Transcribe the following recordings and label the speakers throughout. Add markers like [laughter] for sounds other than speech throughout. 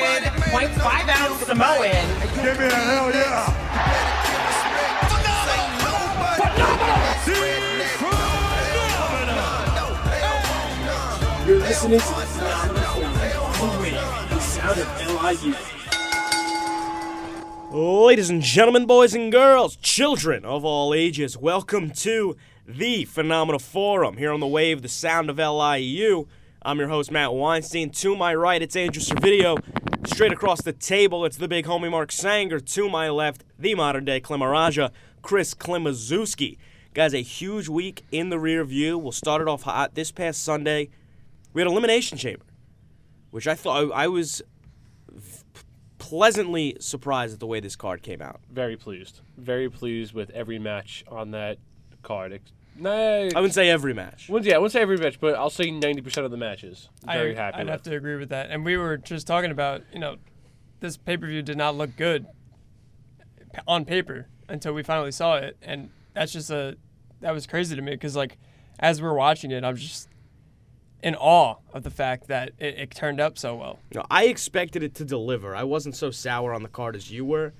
Speaker 1: 1.5 ounce Samoan.
Speaker 2: Give me a hell yeah.
Speaker 3: You're listening to the sound of Louis, the sound of LIU.
Speaker 4: Ladies and gentlemen, boys and girls, children of all ages, welcome to the Phenomenal Forum here on the wave, the sound of LIU. I'm your host, Matt Weinstein. To my right, it's Andrew Servideo. Straight across the table, it's the big homie Mark Sanger. To my left, the modern day Klimaraja, Chris Klimaszewski. Guys, a huge week in the rear view. We'll start it off hot. This past Sunday, we had Elimination Chamber, which I thought I was pleasantly surprised at the way this card came out.
Speaker 5: Very pleased. Very pleased with every match on that card. Ex- Nah,
Speaker 4: I wouldn't say every match.
Speaker 5: wouldn't- yeah, I wouldn't say every match, but I'll say 90% of the matches. Very
Speaker 6: I,
Speaker 5: happy
Speaker 6: I'd
Speaker 5: with.
Speaker 6: have to agree with that. And we were just talking about, you know, this pay per view did not look good p- on paper until we finally saw it, and that's just a that was crazy to me because like as we're watching it, I'm just in awe of the fact that it, it turned up so well.
Speaker 4: No, I expected it to deliver. I wasn't so sour on the card as you were,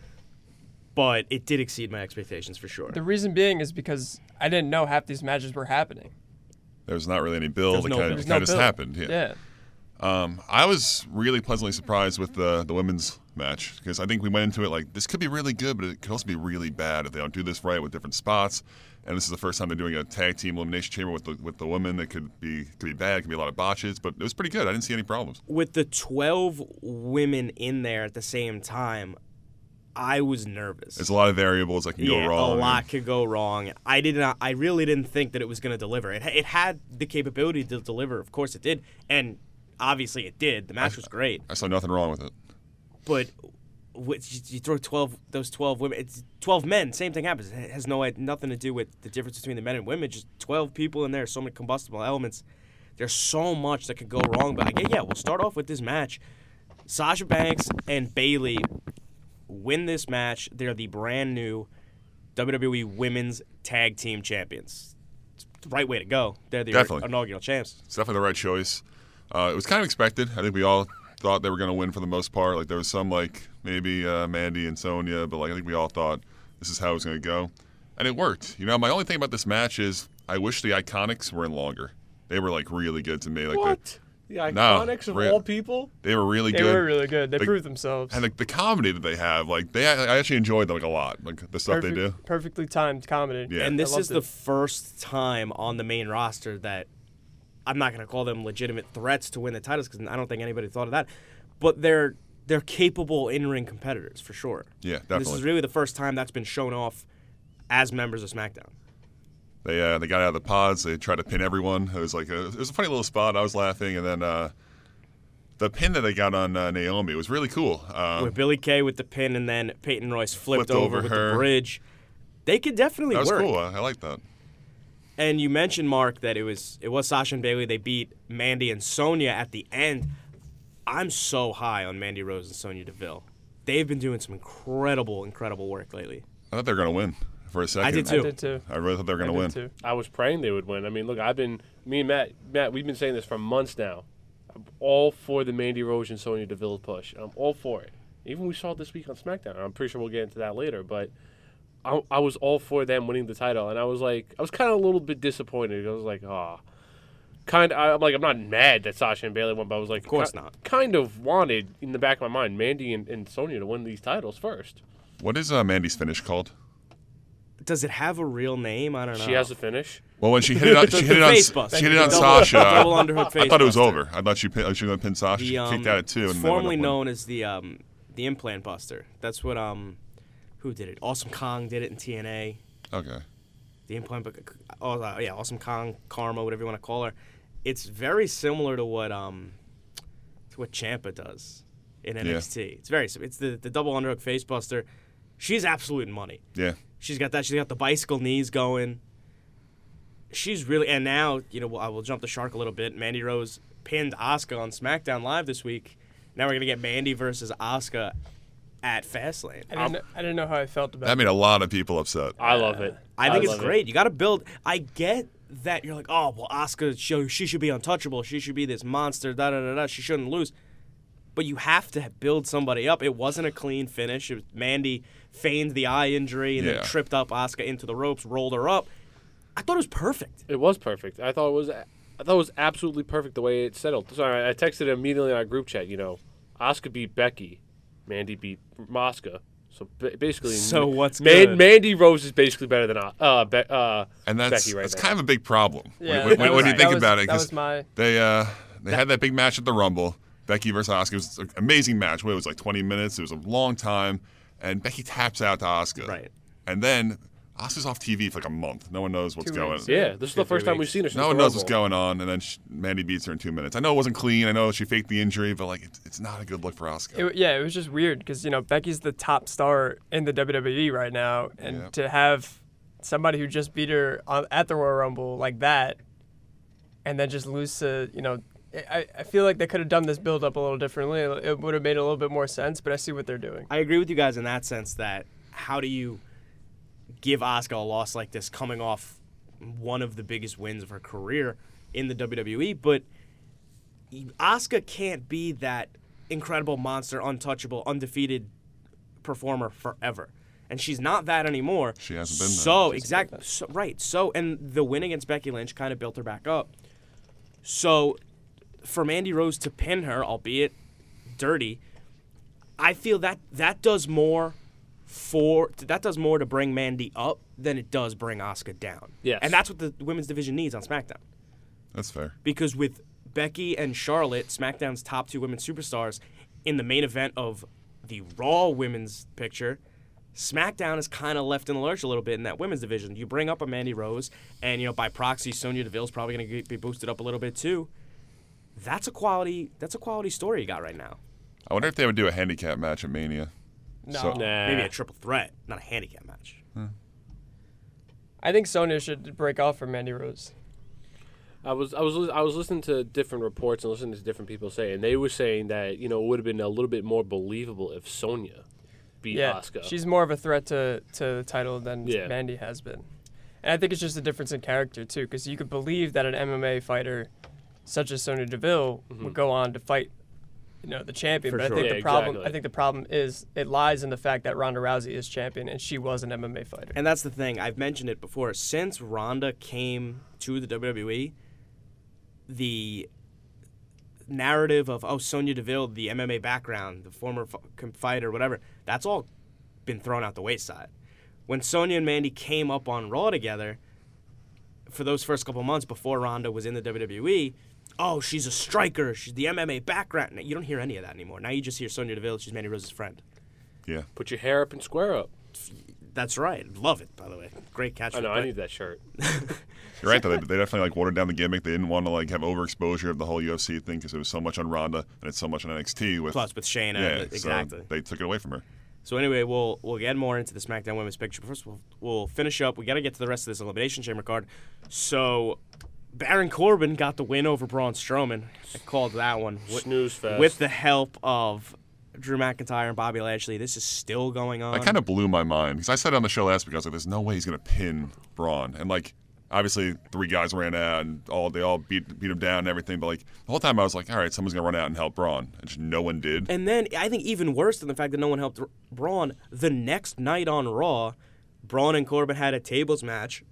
Speaker 4: but it did exceed my expectations for sure.
Speaker 6: The reason being is because I didn't know half these matches were happening.
Speaker 7: There's not really any build.
Speaker 4: There's
Speaker 7: It
Speaker 4: no
Speaker 7: kind
Speaker 4: build.
Speaker 7: of,
Speaker 6: There's
Speaker 7: kind of
Speaker 6: no
Speaker 7: just
Speaker 6: build.
Speaker 7: happened. Yeah.
Speaker 6: Yeah,
Speaker 7: I was really pleasantly surprised with the the women's match because I think we went into it like this could be really good, but it could also be really bad if they don't do this right with different spots. And this is the first time they're doing a tag team elimination chamber with the with the women that could be could be bad, could be a lot of botches, but it was pretty good. I didn't see any problems.
Speaker 4: With the 12 women in there at the same time, I was nervous.
Speaker 7: There's a lot of variables that can go
Speaker 4: yeah,
Speaker 7: wrong.
Speaker 4: a
Speaker 7: and-
Speaker 4: lot could go wrong. I did not. I really didn't think that it was going to deliver. It, it had the capability to deliver. Of course, it did, and obviously, it did. The match was great.
Speaker 7: I saw nothing wrong with it.
Speaker 4: but with, you- you throw twelve those twelve women, it's twelve men. Same thing happens. It has no nothing to do with the difference between the men and women. Just twelve people in there. So many combustible elements. There's so much that could go wrong. But I get yeah. We'll start off with this match. Sasha Banks and Bailey win this match. They're the brand new WWE Women's Tag Team Champions. It's the right way to go. They're the
Speaker 7: Definitely.
Speaker 4: inaugural champs.
Speaker 7: It's definitely the right choice. Uh, it was kind of expected. I think we all thought they were going to win for the most part. Like there was some like maybe uh, Mandy and Sonya, but like I think we all thought this is how it was going to go, and it worked. You know, my only thing about this match is I wish the Iconics were in longer. They were like really good to me. Like
Speaker 5: What? The
Speaker 7: No,
Speaker 5: Iconics of
Speaker 7: real-
Speaker 5: all people?
Speaker 7: They, they were really
Speaker 6: they
Speaker 7: good.
Speaker 6: were really good. They
Speaker 7: Like-
Speaker 6: proved themselves.
Speaker 7: and like the comedy that they have, like they, I actually enjoyed them like a lot, like the stuff
Speaker 6: Perfect-
Speaker 7: they do.
Speaker 6: perfectly timed comedy.
Speaker 7: Yeah.
Speaker 4: And
Speaker 6: I
Speaker 4: this
Speaker 6: loved
Speaker 4: is the
Speaker 6: it.
Speaker 4: first time on the main roster that I'm not going to call them legitimate threats to win the titles because I don't think anybody thought of that. But they're they're capable in-ring competitors for sure.
Speaker 7: Yeah,
Speaker 4: And This
Speaker 7: definitely.
Speaker 4: is really the first time that's been shown off as members of SmackDown.
Speaker 7: They uh, they got out of the pods. They tried to pin everyone. It was like a, it was a funny little spot. I was laughing, and then uh, the pin that they got on uh, Naomi was really cool. Um,
Speaker 4: with Billy Kay with the pin and then Peyton Royce flipped,
Speaker 7: Flipped
Speaker 4: over,
Speaker 7: over
Speaker 4: with
Speaker 7: her.
Speaker 4: the bridge. They could definitely
Speaker 7: that was
Speaker 4: work.
Speaker 7: cool. I, I like that.
Speaker 4: And you mentioned Mark that it was it was Sasha and Bailey. They beat Mandy and Sonya at the end. I'm so high on Mandy Rose and Sonya Deville. They've been doing some incredible, incredible work lately.
Speaker 7: I thought they were gonna win for a second.
Speaker 4: did
Speaker 6: I
Speaker 4: too.
Speaker 6: did too.
Speaker 7: I really thought they were gonna
Speaker 6: I did
Speaker 7: win.
Speaker 6: too.
Speaker 5: I was praying they would win. I mean, look, I've been, me and Matt, Matt, we've been saying this for months now. I'm all for the Mandy Rose and Sonya Deville push. I'm all for it. Even we saw it this week on SmackDown. and I'm pretty sure we'll get into that later, but I, I was all for them winning the title, and I was like, I was kind of a little bit disappointed. I was like, ah, kind. I- I'm like, I'm not mad that Sasha and Bailey won, but I was like, of
Speaker 4: course not.
Speaker 5: Kind of wanted in the back of my mind Mandy and, and Sonya to win these titles first.
Speaker 7: What is uh, Mandy's finish called?
Speaker 4: Does it have a real name? I don't know.
Speaker 5: She has a finish.
Speaker 7: Well, when she hit it
Speaker 4: [laughs]
Speaker 7: on, she hit it on,
Speaker 4: face bust.
Speaker 7: she hit it on
Speaker 4: Double-
Speaker 7: Sasha.
Speaker 4: [laughs] double underhood
Speaker 7: I [laughs] thought it was
Speaker 4: facebuster.
Speaker 7: over. I thought she pin, she was gonna pin Sasha.
Speaker 4: the,
Speaker 7: she
Speaker 4: um,
Speaker 7: kicked out at two.
Speaker 4: it's
Speaker 7: And
Speaker 4: formerly
Speaker 7: then
Speaker 4: known as the um, the implant buster. That's what um, who did it? Awesome Kong did it in TNA.
Speaker 7: Okay.
Speaker 4: the implant, but oh uh, yeah, awesome Kong, Karma, whatever you want to call her. It's very similar to what um to what Champa does in NXT. It's very sim- it's the the double underhook facebuster. She's absolute money.
Speaker 7: Yeah.
Speaker 4: She's got that. She's got the bicycle knees going. She's really and now you know I will jump the shark a little bit. Mandy Rose pinned Asuka on SmackDown Live this week. Now we're gonna get Mandy versus Asuka at Fastlane.
Speaker 6: I didn't, I didn't know how I felt about it.
Speaker 7: That made a lot of people upset.
Speaker 5: I love it.
Speaker 4: I think it's
Speaker 5: love it.
Speaker 4: great. You got to build. I get that you're like, oh well, Oscar, she, she should be untouchable. She should be this monster. Da da da da. She shouldn't lose. but you have to build somebody up. It wasn't a clean finish. It was, Mandy feigned the eye injury and
Speaker 7: Yeah.
Speaker 4: then tripped up Asuka into the ropes, rolled her up. I thought it was perfect.
Speaker 5: It was perfect. I thought it was. I thought it was absolutely perfect the way it settled. So I I texted him immediately on our group chat. You know, Oscar beat Becky, Mandy beat Mosca. So ba- basically,
Speaker 4: So what's
Speaker 5: Man-
Speaker 4: good?
Speaker 5: Mandy Rose is basically better than O- uh, Be- uh
Speaker 7: and that's
Speaker 5: Becky right
Speaker 7: that's
Speaker 5: now.
Speaker 7: kind of a big problem. when-
Speaker 6: Yeah,
Speaker 7: when,
Speaker 6: that
Speaker 7: when
Speaker 6: was-
Speaker 7: you
Speaker 6: that
Speaker 7: think
Speaker 6: was-
Speaker 7: about it,
Speaker 6: that
Speaker 7: 'cause
Speaker 6: was my-
Speaker 7: they uh they had that big match at the Rumble, Becky versus Oscar. It was an amazing match. Well, It was like 20 minutes. It was a long time, and Becky taps out to Oscar.
Speaker 4: Right.
Speaker 7: and then Oscar's off TV for like a month. No one knows what's
Speaker 6: Two
Speaker 7: going.
Speaker 6: weeks,
Speaker 7: on.
Speaker 5: yeah, this is the first time we've seen her. Since
Speaker 7: No
Speaker 5: the
Speaker 7: one knows what's
Speaker 5: Rumble.
Speaker 7: going on, and then sh Mandy beats her in two minutes. I know it wasn't clean. I know she faked the injury, but like it's, it's not a good look for Oscar.
Speaker 6: It, yeah, it was just weird because you know Becky's the top star in the WWE right now, and
Speaker 7: Yep.
Speaker 6: to have somebody who just beat her on, at the Royal Rumble like that, and then just lose to you know, I, I feel like they could have done this build up a little differently. It would have made a little bit more sense, but I see what they're doing.
Speaker 4: I agree with you guys in that sense that how do you give Asuka a loss like this coming off one of the biggest wins of her career in the WWE, but Asuka can't be that incredible monster, untouchable, undefeated performer forever. And she's not that anymore.
Speaker 7: She hasn't been that.
Speaker 4: So, exactly. So, right. So, and the win against Becky Lynch kind of built her back up. So, for Mandy Rose to pin her, albeit dirty, I feel that that does more for that does more to bring Mandy up than it does bring Oscar down.
Speaker 5: Yes.
Speaker 4: And that's what the women's division needs on SmackDown
Speaker 7: That's fair.
Speaker 4: because with Becky and Charlotte, SmackDown's top two women superstars, in the main event of the Raw women's picture, SmackDown is kind of left in the lurch a little bit in that women's division. You bring up a Mandy Rose, and you know by proxy, Sonya Deville's probably going to be boosted up a little bit too. That's a quality. That's a quality story you got right now.
Speaker 7: I wonder if they would do a handicap match at Mania.
Speaker 6: No,
Speaker 7: So-
Speaker 5: Nah.
Speaker 4: Maybe a triple threat, not a handicap match.
Speaker 6: I think Sonya should break off from Mandy Rose.
Speaker 5: I was I was lis- I was listening to different reports and listening to different people say, and they were saying that you know it would have been a little bit more believable if Sonya beat
Speaker 6: Yeah,
Speaker 5: Asuka.
Speaker 6: she's more of a threat to, to the title than
Speaker 5: Yeah.
Speaker 6: Mandy has been. And I think it's just a difference in character, too, because you could believe that an MMA fighter such as Sonya Deville would go on to fight, you know, the champion. but
Speaker 4: sure.
Speaker 6: I think
Speaker 5: Yeah,
Speaker 6: the problem
Speaker 5: exactly.
Speaker 6: I think the problem is it lies in the fact that Ronda Rousey is champion and she was an MMA fighter.
Speaker 4: And that's the thing. I've mentioned it before. Since Ronda came to the WWE, the narrative of oh Sonya Deville, the MMA background, the former f- com- fighter, whatever, that's all been thrown out the wayside. When Sonya and Mandy came up on Raw together, for those first couple months before Ronda was in the WWE, oh she's a striker, she's the MMA background. Now, You don't hear any of that anymore. Now you just hear Sonya Deville, she's Mandy Rose's friend.
Speaker 7: Yeah.
Speaker 5: Put your hair up and square up.
Speaker 4: That's right. Love it, by the way. Great catch.
Speaker 5: I know. I need that shirt.
Speaker 7: You're right though. They, they definitely like watered down the gimmick. They didn't want to like have overexposure of the whole UFC thing because it was so much on Ronda and it's so much on NXT with
Speaker 4: Plus with Shayna,
Speaker 7: yeah, so
Speaker 4: exactly.
Speaker 7: they took it away from her.
Speaker 4: So anyway, we'll we'll get more into the SmackDown Women's picture. First, we'll we'll finish up. We got to get to the rest of this elimination chamber card. So, Baron Corbin got the win over Braun Strowman. I called that one with,
Speaker 5: Snooze fest.
Speaker 4: with the help of Drew McIntyre and Bobby Lashley. This is still going on.
Speaker 7: That kind of blew my mind because I said on the show last week I was like, "There's no way he's gonna pin Braun," and like obviously three guys ran out and all they all beat beat him down and everything. But like the whole time I was like, "All right, someone's gonna run out and help Braun," and just no one did.
Speaker 4: And then I think even worse than the fact that no one helped R- Braun. The next night on Raw, Braun and Corbin had a tables match,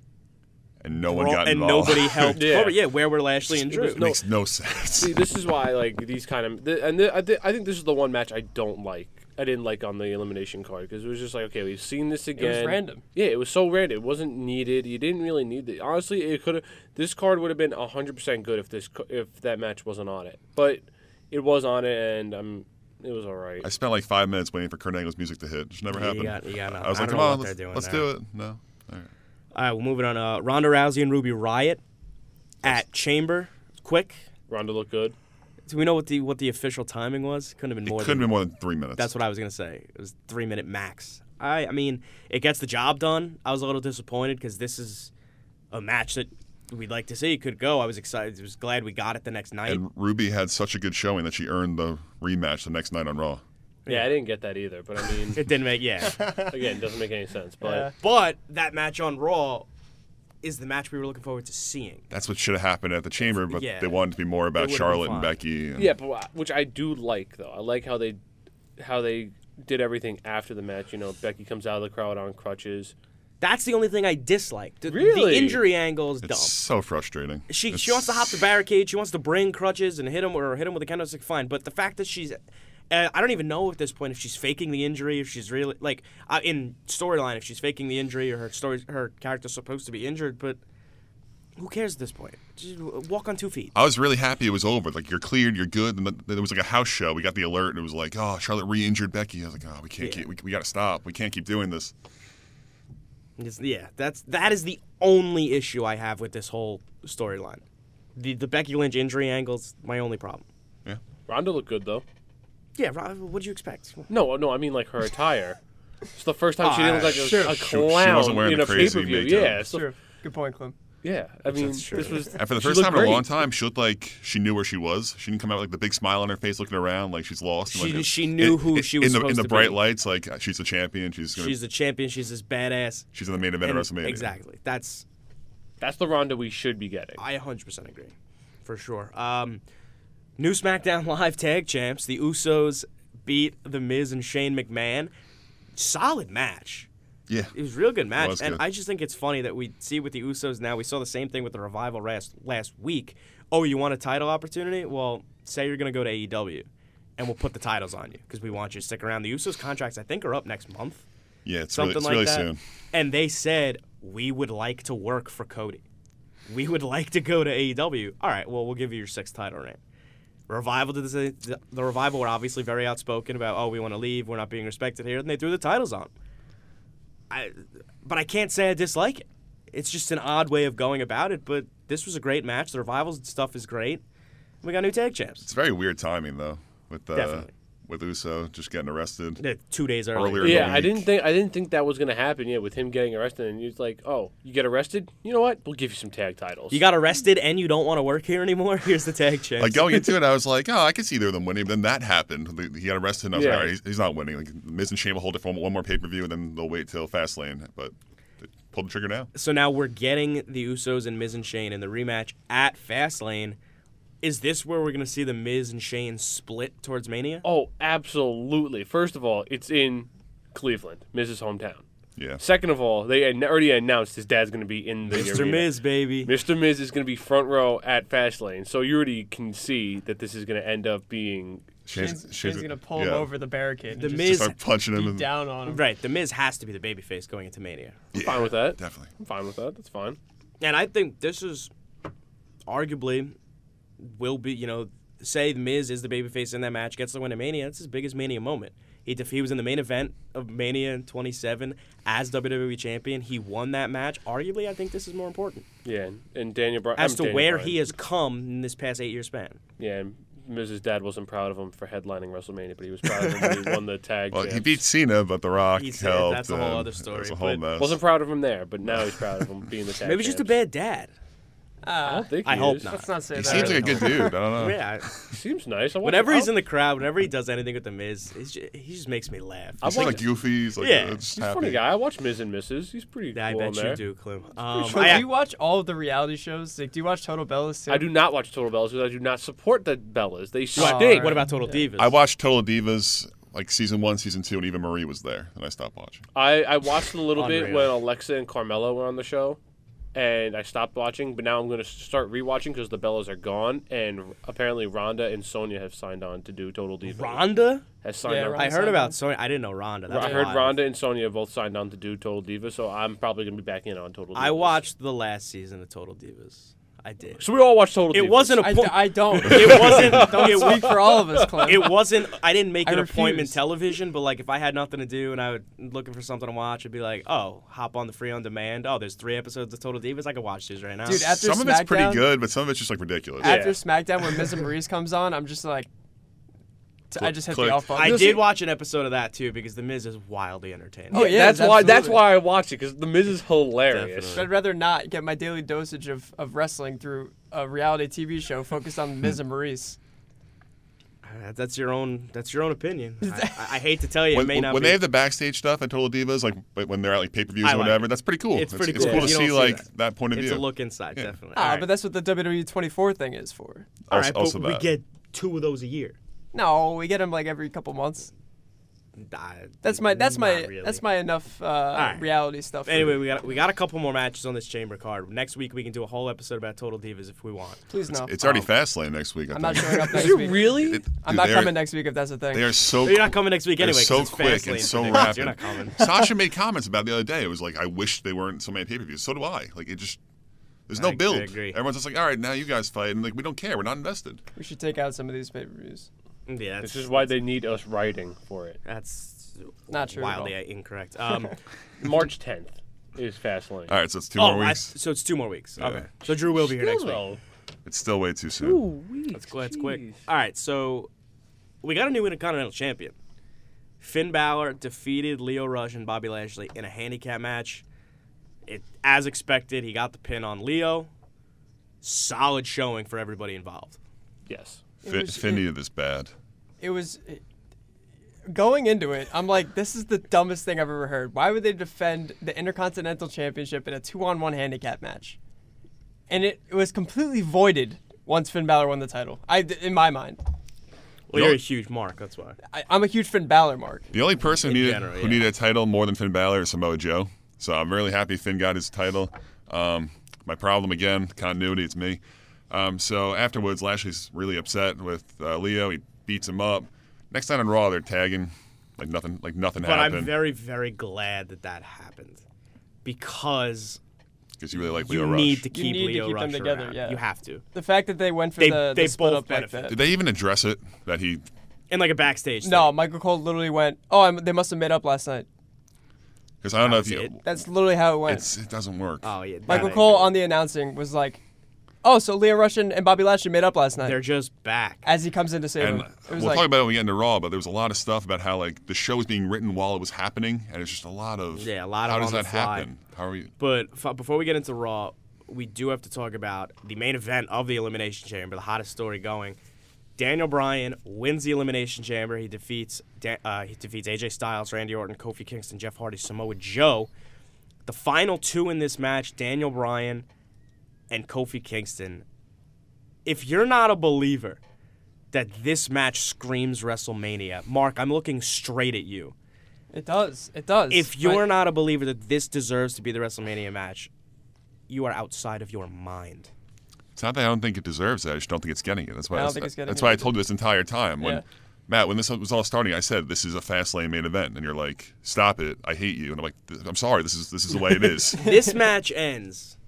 Speaker 7: and no one
Speaker 4: Braun-
Speaker 7: got
Speaker 4: and
Speaker 7: involved. [laughs]
Speaker 4: nobody helped
Speaker 5: Yeah.
Speaker 4: Corbin. Yeah, where were Lashley and
Speaker 5: It
Speaker 4: Drew?
Speaker 5: was no-
Speaker 7: Makes no sense.
Speaker 5: See, this is why like these kind of, th- and th- I, thi- I think this is the one match I don't like. I didn't like on the elimination card because it was just like, okay, we've seen this again.
Speaker 6: random.
Speaker 5: Yeah, it was so random. It wasn't needed. You didn't really need it. Honestly, it could have. This card would have been hundred percent good if this co- if that match wasn't on it, but it was on it, and um, it was all right.
Speaker 7: I spent like five minutes waiting for Kurt Angle's music to hit. It just never
Speaker 4: Yeah,
Speaker 7: [laughs]
Speaker 4: you
Speaker 7: happened.
Speaker 4: got- you got
Speaker 7: I was like,
Speaker 4: nothing. I don't
Speaker 7: "Come
Speaker 4: know
Speaker 7: on,
Speaker 4: what
Speaker 7: let's,
Speaker 4: they're doing
Speaker 7: let's
Speaker 4: there."
Speaker 7: do it." No. All right.
Speaker 4: All right, we're moving on. Uh, Ronda Rousey and Ruby Riot at Chamber. Quick.
Speaker 5: Ronda looked good.
Speaker 4: Do we know what the what the official timing was? Couldn't have been
Speaker 7: It
Speaker 4: more.
Speaker 7: couldn't
Speaker 4: than,
Speaker 7: be more than three minutes.
Speaker 4: That's what I was gonna say. It was three minute max. I I mean, it gets the job done. I was a little disappointed because this is a match that we'd like to see. It could go. I was excited. I was glad we got it the next night. [laughs]
Speaker 7: and Ruby had such a good showing that she earned the rematch the next night on Raw.
Speaker 5: Yeah, I didn't get that either. But
Speaker 4: [laughs]
Speaker 5: I mean,
Speaker 7: [laughs]
Speaker 4: it didn't make yeah.
Speaker 5: again, it doesn't make any sense. But
Speaker 4: but that match on Raw. is the match we were looking forward to seeing.
Speaker 7: That's what should have happened at the chamber, but
Speaker 4: Yeah.
Speaker 7: they wanted to be more
Speaker 4: It
Speaker 7: about
Speaker 4: would've
Speaker 7: Charlotte
Speaker 4: been
Speaker 7: and
Speaker 4: fine.
Speaker 7: Becky. and-
Speaker 5: Yeah, but wha- which I do like though. I like how they how they did everything after the match. You know, Becky comes out of the crowd on crutches.
Speaker 4: That's the only thing I disliked. The,
Speaker 5: Really?
Speaker 4: The injury angle is dumb.
Speaker 7: It's so frustrating.
Speaker 4: She,
Speaker 7: It's-
Speaker 4: she wants to hop the barricade. She wants to bring crutches and hit him or hit him with a kendo stick. Fine, but the fact that she's, uh, I don't even know at this point if she's faking the injury, if she's really like uh, in storyline, if she's faking the injury or her story, her character's supposed to be injured. But who cares at this point? Just walk on two feet.
Speaker 7: I was really happy it was over. Like you're cleared, you're good. And then there was like a house show. We got the alert, and it was like, oh, Charlotte re-injured Becky. I was like, oh, we can't
Speaker 4: Yeah.
Speaker 7: keep. We, we got to stop. We can't keep doing this.
Speaker 4: It's- yeah, that's that is the only issue I have with this whole storyline. The the Becky Lynch injury angle's my only problem.
Speaker 7: Yeah.
Speaker 5: Ronda looked good though.
Speaker 4: Yeah, Rob, what do you expect?
Speaker 5: No, no, I mean like her attire. It's the first time she didn't look like a, a
Speaker 7: Ah, She- she wasn't
Speaker 5: clown
Speaker 7: wearing
Speaker 5: in
Speaker 7: the
Speaker 5: a pay
Speaker 7: crazy
Speaker 5: per view.
Speaker 7: makeup.
Speaker 5: Yeah, so,
Speaker 6: Sure. Good point, Clem.
Speaker 5: yeah. I mean, this
Speaker 4: true.
Speaker 5: was
Speaker 7: And for the
Speaker 5: she
Speaker 7: first
Speaker 5: looked
Speaker 7: time in a long
Speaker 5: great.
Speaker 7: time, she looked like she knew where she was. She didn't come out with like the big smile on her face, looking around like she's lost. and,
Speaker 4: She-
Speaker 7: like, [laughs]
Speaker 4: she knew who she was
Speaker 7: in the in
Speaker 4: supposed
Speaker 7: the
Speaker 4: to
Speaker 7: bright
Speaker 4: be.
Speaker 7: lights. Like she's the champion. She's gonna,
Speaker 4: She's
Speaker 7: she's
Speaker 4: the champion. She's this badass.
Speaker 7: in the main event
Speaker 4: And-
Speaker 7: of WrestleMania.
Speaker 4: Exactly. That's
Speaker 5: That's the Ronda we should be getting.
Speaker 4: I 100% agree, for sure. Um, new SmackDown [laughs] Live Tag Champs, the Usos beat The Miz and Shane McMahon. Solid match.
Speaker 7: Yeah.
Speaker 4: It was a real good match,
Speaker 7: was
Speaker 4: and
Speaker 7: good.
Speaker 4: I just think it's funny that we see with the Usos now. We saw the same thing with the Revival last last week. Oh, you want a title opportunity? Well, say you're going to go to AEW, and we'll put the titles on you because we want you to stick around. The Usos contracts, I think, are up next month,
Speaker 7: Yeah. It's really,
Speaker 4: something
Speaker 7: it's
Speaker 4: like
Speaker 7: really
Speaker 4: that.
Speaker 7: soon.
Speaker 4: And they said we would like to work for Cody. We would [laughs] like to go to AEW. All right, well, we'll give you your sixth title reign. Revival did the same- the, the revival were obviously very outspoken about oh we want to leave we're not being respected here and they threw the titles on. I, but I can't say I dislike it. It's just an odd way of going about it. But this was a great match. The revivals stuff is great. We got new tag champs.
Speaker 7: It's very weird timing though, with uh,
Speaker 4: Definitely.
Speaker 7: with Uso just getting arrested.
Speaker 4: Yeah, Two days early.
Speaker 7: Earlier.
Speaker 5: Yeah,
Speaker 7: the
Speaker 5: I didn't
Speaker 7: week.
Speaker 5: think I didn't think that was gonna happen. Yeah, with him getting arrested, and it's like, oh, you get arrested? You know what? We'll give you some tag titles.
Speaker 4: You got arrested and you don't want to work here anymore. [laughs] Here's the tag champs.
Speaker 7: Like going into it, I was like, "Oh, I could see either of them winning." But then that happened. The- He got arrested, and I was
Speaker 5: Yeah.
Speaker 7: like, "All right, he's, he's not winning." Like Miz and Shane will hold it for one more pay per view, and then they'll wait till Fastlane. But they pulled the trigger now.
Speaker 4: So now we're getting the Usos and Miz and Shane in the rematch at Fastlane. Is this where we're going to see the Miz and Shane split towards Mania?
Speaker 5: Oh, absolutely. First of all, it's in Cleveland, Miz's hometown.
Speaker 7: Yeah,
Speaker 5: Second of all, they had already announced his dad's going to be in the
Speaker 4: Mr.
Speaker 5: arena.
Speaker 4: Miz, baby.
Speaker 5: Mr. Miz is going to be front row at Fastlane, so you already can see that this is going to end up being.
Speaker 6: Shane's, Shane's, gonna pull him
Speaker 7: yeah.
Speaker 6: over the barricade.
Speaker 4: The
Speaker 6: and
Speaker 4: Miz-
Speaker 6: just
Speaker 7: Just start punching him.
Speaker 6: beat
Speaker 7: And,
Speaker 6: down on him.
Speaker 4: Right, the Miz has to be the babyface going into Mania.
Speaker 5: I'm fine with that.
Speaker 7: definitely.
Speaker 5: I'm fine with that. That's fine.
Speaker 4: And I think this is arguably will be, you know, say the Miz is the babyface in that match, gets the win at Mania. It's his biggest Mania moment. He, def- he was in the main event of Mania in 27 as WWE champion. He won that match. Arguably, I think this is more important
Speaker 5: Yeah, and, and Daniel Bryan.
Speaker 4: as to where he has come in this past eight year span.
Speaker 5: Yeah, and Miz's dad wasn't proud of him for headlining WrestleMania, but he was proud of him when he
Speaker 7: [laughs]
Speaker 5: won the tag.
Speaker 7: Well, he
Speaker 5: champs.
Speaker 7: beat Cena, but The Rock
Speaker 4: He's-
Speaker 7: helped.
Speaker 4: that's a whole
Speaker 7: and
Speaker 4: other
Speaker 7: it
Speaker 4: story,
Speaker 7: was a whole
Speaker 4: but-
Speaker 7: mess.
Speaker 5: Wasn't proud of him there, but now he's proud of him
Speaker 4: [laughs]
Speaker 5: being the tag.
Speaker 4: Maybe just a
Speaker 5: champs.
Speaker 4: bad dad.
Speaker 5: I don't think
Speaker 4: I
Speaker 5: he
Speaker 4: hope
Speaker 5: is.
Speaker 4: not.
Speaker 6: Let's not say
Speaker 7: he
Speaker 6: that.
Speaker 7: seems like a good dude. I don't know.
Speaker 4: [laughs] Yeah.
Speaker 5: Seems nice. I watch-
Speaker 4: Whenever he's
Speaker 5: I'll-
Speaker 4: in the crowd, whenever he does anything with the Miz, he's ju- he just makes me laugh.
Speaker 5: I
Speaker 7: He's like,
Speaker 5: watch-
Speaker 7: goofy. He's like,
Speaker 4: Yeah.
Speaker 7: uh, just
Speaker 5: He's a
Speaker 7: happy.
Speaker 5: funny guy. I watch Miz and Mrs. He's pretty
Speaker 4: I
Speaker 5: cool on
Speaker 4: bet you
Speaker 5: there.
Speaker 4: do, Clem. Um,
Speaker 6: So do
Speaker 4: I,
Speaker 6: you watch all of the reality shows? Like, do you watch Total Bellas too?
Speaker 5: I do not watch Total Bellas because I do not support the Bellas. They
Speaker 4: what,
Speaker 5: stink.
Speaker 4: what about Total Divas?
Speaker 7: I watched Total Divas like season one, season two, and even Marie was there, and I stopped watching.
Speaker 5: I, I watched a little bit
Speaker 4: Unreal.
Speaker 5: when Alexa and Carmella were on the show, and I stopped watching. But now I'm going to start rewatching because the Bellas are gone, and apparently Ronda and Sonya have signed on to do Total Divas.
Speaker 4: Rhonda?
Speaker 5: has signed
Speaker 6: Yeah,
Speaker 5: on.
Speaker 6: Ron-
Speaker 4: I
Speaker 5: I,
Speaker 4: heard about Sonya. I didn't know Rhonda. That's
Speaker 5: heard
Speaker 4: wild.
Speaker 5: Ronda and Sonya both signed on to do Total Divas, so I'm probably going to be back in on Total. Divas.
Speaker 4: I watched the last season of Total Divas. I did.
Speaker 5: So we all watched Total.
Speaker 4: It
Speaker 5: Divas.
Speaker 4: wasn't a
Speaker 6: I,
Speaker 4: point.
Speaker 6: I don't.
Speaker 4: It [laughs] wasn't. it,
Speaker 6: don't
Speaker 4: wa-
Speaker 6: speak for all of us, Clem.
Speaker 4: it wasn't. I didn't make
Speaker 6: [laughs] I
Speaker 4: an appointment
Speaker 6: refuse.
Speaker 4: television, but like if I had nothing to do and I was looking for something to watch, I'd be like, oh, hop on the free on demand. Oh, there's three episodes of Total Divas. I could watch these right now.
Speaker 6: Dude, after
Speaker 7: some of it's pretty
Speaker 6: SmackDown-
Speaker 7: good, but some of it's just like ridiculous.
Speaker 6: After
Speaker 5: Yeah.
Speaker 6: SmackDown, when Miz and Maurice comes on, I'm just like, t- I just hit
Speaker 7: Click.
Speaker 6: the off button.
Speaker 4: I
Speaker 5: You'll see-
Speaker 4: did watch an episode of that too because The Miz is wildly entertaining.
Speaker 6: Oh, yeah,
Speaker 5: that's why. That's
Speaker 6: absolutely.
Speaker 5: why I watched it because The Miz is hilarious.
Speaker 4: Definitely.
Speaker 6: I'd rather not get my daily dosage of, of wrestling through a reality TV show focused on Miz and Maurice.
Speaker 4: I that- Uh, that's your own. That's your own
Speaker 6: [laughs]
Speaker 4: opinion. I, I- I hate to tell you, it
Speaker 7: When,
Speaker 4: may not.
Speaker 7: when
Speaker 4: be.
Speaker 7: they have the backstage stuff at Total Divas, like but when they're at like pay per views
Speaker 4: I
Speaker 7: or
Speaker 4: like
Speaker 7: whatever,
Speaker 4: it.
Speaker 7: that's pretty cool.
Speaker 4: It's pretty
Speaker 7: it's
Speaker 4: cool.
Speaker 7: cool
Speaker 4: Yeah,
Speaker 7: to
Speaker 4: you
Speaker 7: see
Speaker 4: don't see
Speaker 7: like
Speaker 4: that.
Speaker 7: that. point of
Speaker 4: it's
Speaker 7: view.
Speaker 4: a look inside, definitely. [laughs]
Speaker 6: Ah,
Speaker 4: All right.
Speaker 6: but that's what the WWE 24 thing is for.
Speaker 4: All
Speaker 7: also,
Speaker 4: right, but
Speaker 7: also
Speaker 4: we
Speaker 7: that.
Speaker 4: get two of those a year.
Speaker 6: No, we get them like every couple months.
Speaker 4: I-
Speaker 6: That's my that's my
Speaker 4: not really.
Speaker 6: that's my enough uh,
Speaker 4: right.
Speaker 6: reality stuff. for
Speaker 4: Anyway,
Speaker 6: me.
Speaker 4: we got we got a couple more matches on this chamber card. Next week we can do a whole episode about Total Divas if we want.
Speaker 6: please no.
Speaker 7: it's already fast lane next week. I [laughs]
Speaker 6: I'm not
Speaker 7: think.
Speaker 6: showing up next
Speaker 5: You
Speaker 6: week.
Speaker 5: really?
Speaker 7: It-
Speaker 6: I'm
Speaker 7: dude,
Speaker 6: not
Speaker 7: they are-
Speaker 6: coming next week if that's a
Speaker 4: [laughs]
Speaker 6: thing.
Speaker 7: They are so.
Speaker 4: But you're not coming next week
Speaker 7: They're
Speaker 4: anyway. 'cause
Speaker 7: so
Speaker 4: it's
Speaker 7: quick
Speaker 4: Fastlane
Speaker 7: and so
Speaker 4: predictions.
Speaker 7: rapid.
Speaker 4: You're not coming.
Speaker 7: Sasha made comments about the other day. It was like, I wish they weren't so many pay per views. So do I. Like it just. There's no
Speaker 4: I- I
Speaker 7: build.
Speaker 4: agree.
Speaker 7: Everyone's just like, all right, now you guys fight, and like we don't care. We're not invested.
Speaker 6: We should take out some of these pay per views.
Speaker 4: Yeah,
Speaker 5: This
Speaker 4: that's,
Speaker 5: is why they need us writing for it.
Speaker 4: that's
Speaker 6: Not true at
Speaker 4: Wildly
Speaker 6: all.
Speaker 4: [laughs] incorrect. Um,
Speaker 5: March 10th is Fastlane.
Speaker 7: All right, so it's two
Speaker 4: oh,
Speaker 7: more
Speaker 4: I-
Speaker 7: weeks.
Speaker 4: so it's two more weeks. Okay, so Drew will be here next week.
Speaker 7: It's still way too soon.
Speaker 5: Two weeks.
Speaker 4: That's quick. That's quick. All right, so we got a new Intercontinental Champion. Finn Balor defeated Leo Rush and Bobby Lashley in a handicap match. It, as expected, he got the pin on Leo. Solid showing for everybody involved.
Speaker 5: Yes.
Speaker 7: Fi-
Speaker 6: was-
Speaker 7: Finn needed this bad.
Speaker 6: It was going into it. I'm like, this is the dumbest thing I've ever heard. Why would they defend the Intercontinental Championship in a two-on-one handicap match? And it, it was completely voided once Finn Balor won the title. I in my mind,
Speaker 4: Well,
Speaker 7: No.
Speaker 4: you're a huge mark, that's why.
Speaker 6: I, I'm a huge Finn Balor mark.
Speaker 7: The only person who needed,
Speaker 4: general,
Speaker 7: who
Speaker 4: yeah.
Speaker 7: needed a title more than Finn Balor is Samoa Joe. So I'm really happy Finn got his title. Um, my problem again, continuity, it's me. Um, so afterwards, Lashley's really upset with uh, Leo. He beats him up. Next time on Raw, they're tagging like nothing, like nothing
Speaker 4: But I'm
Speaker 7: happened
Speaker 4: very, very glad that that happened because
Speaker 7: because you really like
Speaker 4: you
Speaker 7: Leo Rush.
Speaker 4: need to keep
Speaker 6: need to
Speaker 4: Leo
Speaker 6: keep them
Speaker 4: Rush
Speaker 6: together,
Speaker 4: around.
Speaker 6: yeah.
Speaker 4: You have to.
Speaker 6: The fact that they went for
Speaker 4: They-
Speaker 6: the,
Speaker 4: they
Speaker 6: the split
Speaker 4: both
Speaker 6: up like
Speaker 4: benefit.
Speaker 6: that.
Speaker 7: Did they even address it that he?
Speaker 4: And like a backstage
Speaker 6: No,
Speaker 4: thing.
Speaker 6: Michael Cole literally went, "Oh, I'm, they must have made up last night."
Speaker 7: Because I don't know if
Speaker 4: was
Speaker 7: you.
Speaker 4: it.
Speaker 6: That's literally how it went.
Speaker 7: It's, it doesn't work.
Speaker 4: Oh, yeah. that
Speaker 6: Michael
Speaker 4: ain't
Speaker 6: Cole
Speaker 4: good.
Speaker 6: on the announcing was like, "Oh, so Leah Russian and Bobby Lashley made up last night."
Speaker 4: They're just back.
Speaker 6: as he comes in to save
Speaker 7: And
Speaker 6: him, it
Speaker 7: we'll
Speaker 6: was
Speaker 7: talk
Speaker 6: like,
Speaker 7: about it when we get into Raw, but there was a lot of stuff about how like the show was being written while it was happening, and it's just a lot of
Speaker 4: Yeah, a lot
Speaker 7: How
Speaker 4: of
Speaker 7: does
Speaker 4: on the
Speaker 7: that
Speaker 4: fly.
Speaker 7: happen? How are we?
Speaker 4: But f- before we get into Raw, we do have to talk about the main event of the Elimination Chamber, the hottest story going. Daniel Bryan wins the Elimination Chamber. He defeats da- uh, he defeats AJ Styles, Randy Orton, Kofi Kingston, Jeff Hardy, Samoa Joe. The final two in this match, Daniel Bryan and Kofi Kingston. If you're not a believer that this match screams WrestleMania, Mark, I'm looking straight at you
Speaker 6: "It does, it does."
Speaker 4: if you're
Speaker 6: But
Speaker 4: not a believer that this deserves to be the WrestleMania match, you are outside of your mind.
Speaker 7: It's not that I don't think it deserves it. I just don't think it's getting it. That's why. I
Speaker 6: I don't
Speaker 7: was-
Speaker 6: think it's getting
Speaker 7: that's
Speaker 6: it
Speaker 7: why I
Speaker 6: either.
Speaker 7: told you this entire time when
Speaker 6: Yeah.
Speaker 7: Matt, when this was all starting, I said this is a fast lane main event, and you're like, "Stop it! I hate you!" And I'm like, "Th- "I'm sorry. This is this is the way it is."
Speaker 4: This match ends.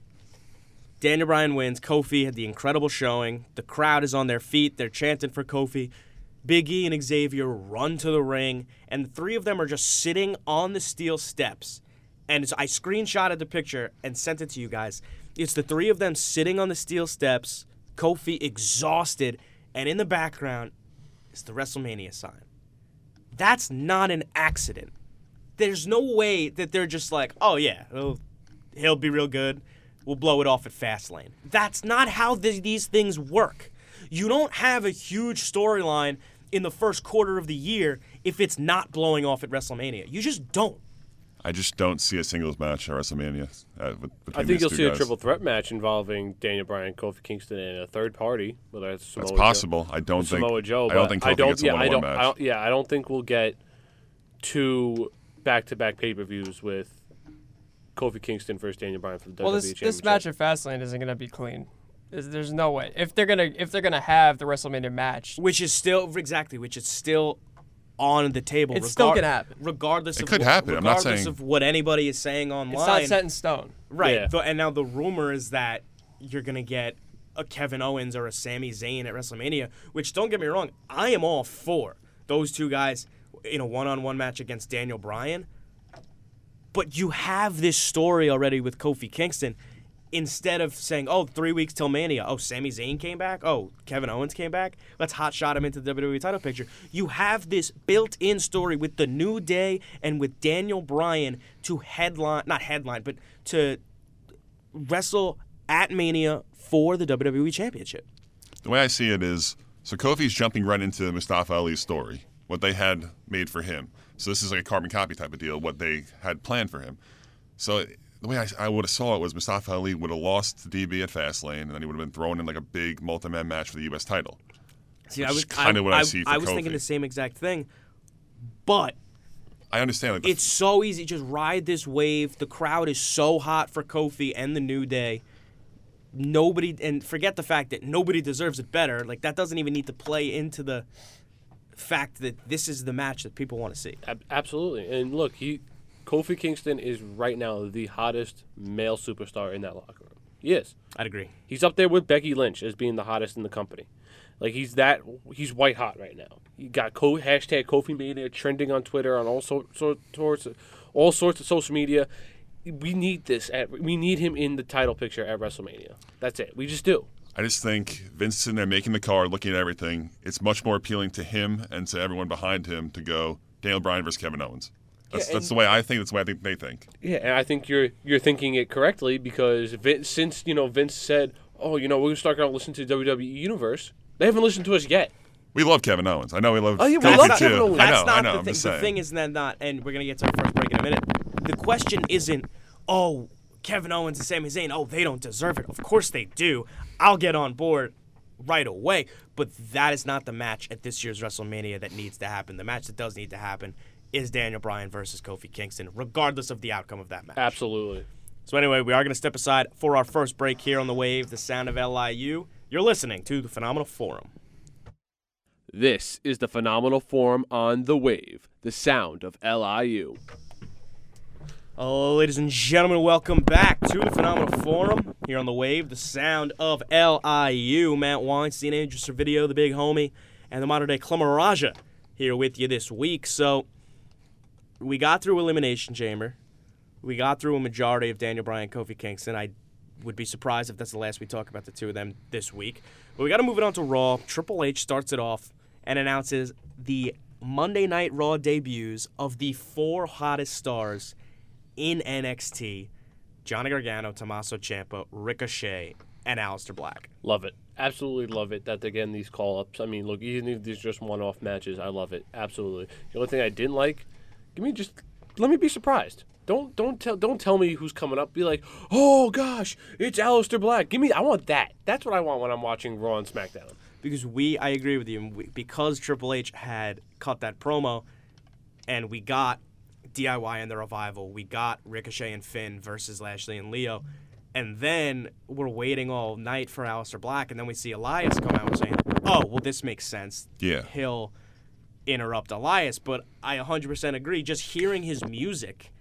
Speaker 4: Daniel Bryan wins. Kofi had the incredible showing. The crowd is on their feet. They're chanting for Kofi. Big E and Xavier run to the ring, and the three of them are just sitting on the steel steps. And it's, I screenshotted the picture and sent it to you guys. It's the three of them sitting on the steel steps, Kofi exhausted, and in the background is the WrestleMania sign. That's not an accident. There's no way that they're just like, oh yeah, he'll, he'll be real good. We'll blow it off at Fastlane. That's not how th- these things work. You don't have a huge storyline in the first quarter of the year if it's not blowing off at WrestleMania. You just don't.
Speaker 7: I just don't see a singles match at WrestleMania. Uh, with,
Speaker 5: I
Speaker 7: between
Speaker 5: think
Speaker 7: these
Speaker 5: you'll
Speaker 7: two
Speaker 5: see a
Speaker 7: guys.
Speaker 5: triple threat match involving Daniel Bryan, Kofi Kingston, and a third party, whether that's Samoa
Speaker 7: That's
Speaker 5: Joe-
Speaker 7: possible. I don't think.
Speaker 5: Samoa Joe.
Speaker 7: I don't
Speaker 5: but
Speaker 7: think.
Speaker 5: I
Speaker 7: Kofi
Speaker 5: don't.
Speaker 7: gets a
Speaker 5: yeah, I
Speaker 7: one-on-one
Speaker 5: don't,
Speaker 7: match.
Speaker 5: I don't. Yeah, I don't think we'll get two back-to-back pay-per-views with Kofi Kingston versus Daniel Bryan for the
Speaker 6: well,
Speaker 5: WWE
Speaker 6: this this
Speaker 5: Championship.
Speaker 6: match at Fastlane isn't gonna be clean. There's, there's no way if they're gonna if they're gonna have the WrestleMania match.
Speaker 4: Which is still exactly, which is still on the table.
Speaker 6: It's still gonna happen.
Speaker 4: regardless. It of
Speaker 7: could
Speaker 4: what,
Speaker 7: happen. I'm not
Speaker 4: Regardless
Speaker 7: saying-
Speaker 4: of what anybody is saying online.
Speaker 6: It's not set in stone.
Speaker 4: Right.
Speaker 5: Yeah.
Speaker 4: The- and now the rumor is that you're going to get a Kevin Owens or a Sami Zayn at WrestleMania, which don't get me wrong, I am all for those two guys in a one-on-one match against Daniel Bryan. But you have this story already with Kofi Kingston. Instead of saying, "Oh, three weeks till Mania," "Oh, Sami Zayn came back," "Oh, Kevin Owens came back," let's hot shot him into the WWE title picture. You have this built-in story with the New Day and with Daniel Bryan to headline, not headline, but to wrestle at Mania for the WWE E Championship.
Speaker 7: The way I see it is So Kofi's jumping right into Mustafa Ali's story, what they had made for him. So this is like a carbon copy type of deal, what they had planned for him. So it, the way I, I would have saw it was Mustafa Ali would have lost to DB at Fastlane, and then he would have been thrown in like a big multi-man match for the U.S. title.
Speaker 4: See, I
Speaker 7: Which
Speaker 4: was
Speaker 7: is kinda what I see for
Speaker 4: I was thinking
Speaker 7: Kofi.
Speaker 4: the same exact thing, but
Speaker 7: I understand. Like, the-
Speaker 4: it's so easy. Just ride this wave. The crowd is so hot for Kofi and the New Day. Nobody and forget the fact that nobody deserves it better. Like that doesn't even need to play into the fact that this is the match that people want to see.
Speaker 5: Ab- absolutely. And look, he, Kofi Kingston is right now the hottest male superstar in that locker room. He is.
Speaker 4: I'd agree.
Speaker 5: He's up there with Becky Lynch as being the hottest in the company. Like he's that he's white hot right now. You got co- hashtag Kofi Mania trending on Twitter on all sor- sor- sorts of, all sorts of social media. We need this. At, we need him in the title picture at WrestleMania. That's it. We just do.
Speaker 7: I just think Vince sitting there making the card, looking at everything. It's much more appealing to him and to everyone behind him to go Daniel Bryan versus Kevin Owens. That's,
Speaker 5: Yeah,
Speaker 7: that's
Speaker 5: and-
Speaker 7: the way I think. That's the way I think they think.
Speaker 5: Yeah, and I think you're you're thinking it correctly because Vince, since you know Vince said, "Oh, you know, we're gonna start gonna listen to WWE Universe," they haven't listened to us yet.
Speaker 7: We love Kevin Owens. I know we love.
Speaker 5: Oh, yeah, we
Speaker 7: Kofi
Speaker 5: love
Speaker 7: too.
Speaker 5: Kevin Owens.
Speaker 7: I
Speaker 4: That's
Speaker 7: know. I
Speaker 4: not
Speaker 7: know.
Speaker 4: the
Speaker 7: I'm
Speaker 4: thing.
Speaker 7: just
Speaker 4: The
Speaker 7: saying.
Speaker 4: thing is then not, and we're gonna get to our first break in a minute. The question isn't, oh, Kevin Owens and Sami Zayn, oh, they don't deserve it. Of course they do. I'll get on board right away. But that is not the match at this year's WrestleMania that needs to happen. The match that does need to happen is Daniel Bryan versus Kofi Kingston, regardless of the outcome of that match.
Speaker 5: Absolutely.
Speaker 4: So anyway, we are going to step aside for our first break here on the wave, the sound of LIU. You're listening to the Phenomenal Forum.
Speaker 5: This is the phenomenal form on the wave, the sound of LIU.
Speaker 4: Oh, ladies and gentlemen, welcome back to the Phenomenal Forum here on the wave, the sound of LIU. Matt Weinstein, Andrew Servideo, the big homie, and the modern day Clumaraja here with you this week. So, we got through Elimination Chamber. We got through a majority of Daniel Bryan, Kofi Kingston. I would be surprised if that's the last we talk about the two of them this week. But we got to move it on to Raw. Triple H starts it off and announces the Monday Night Raw debuts of the four hottest stars in NXT: Johnny Gargano, Tommaso Ciampa, Ricochet, and Aleister Black.
Speaker 5: Love it. Absolutely love it that they're getting these call ups. I mean, look, even if these are just one off matches, I love it. Absolutely. The only thing I didn't like, give me just let me be surprised. Don't don't tell don't tell me who's coming up. Be like, oh gosh, it's Aleister Black. Give me I want that. That's what I want when I'm watching Raw and SmackDown.
Speaker 4: because we I agree with you and we, because Triple H had cut that promo and we got DIY and the revival we got Ricochet and Finn versus Lashley and Leo and then we're waiting all night for Aleister Black and then we see Elias come out saying oh well this makes sense
Speaker 7: Yeah.
Speaker 4: he'll interrupt Elias but I 100% agree just hearing his music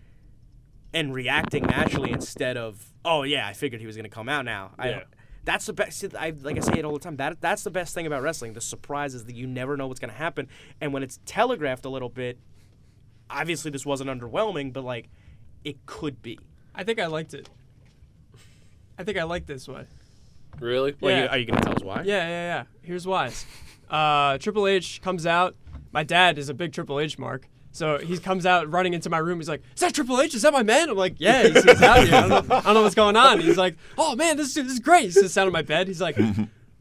Speaker 4: and reacting naturally instead of oh yeah I figured he was gonna come out now
Speaker 5: Yeah.
Speaker 4: I that's the best. see, I like I say it all the time. That that's the best thing about wrestling. The surprise is that you never know what's gonna happen, and when it's telegraphed a little bit, obviously this wasn't underwhelming, but like it could be.
Speaker 6: I think I liked it. I think I like this one.
Speaker 5: Really?
Speaker 6: Well, you- Yeah. are
Speaker 4: you gonna tell us why?
Speaker 6: Yeah, yeah, yeah. Here's why. Uh, Triple H comes out. My dad is a big Triple H mark. So he comes out running into my room. He's like, "Is that Triple H? Is that my man?" I'm like, "Yeah, he's, he's out here. I don't, know, I don't know what's going on." He's like, "Oh man, this, this is great." He sits down on my bed. He's like,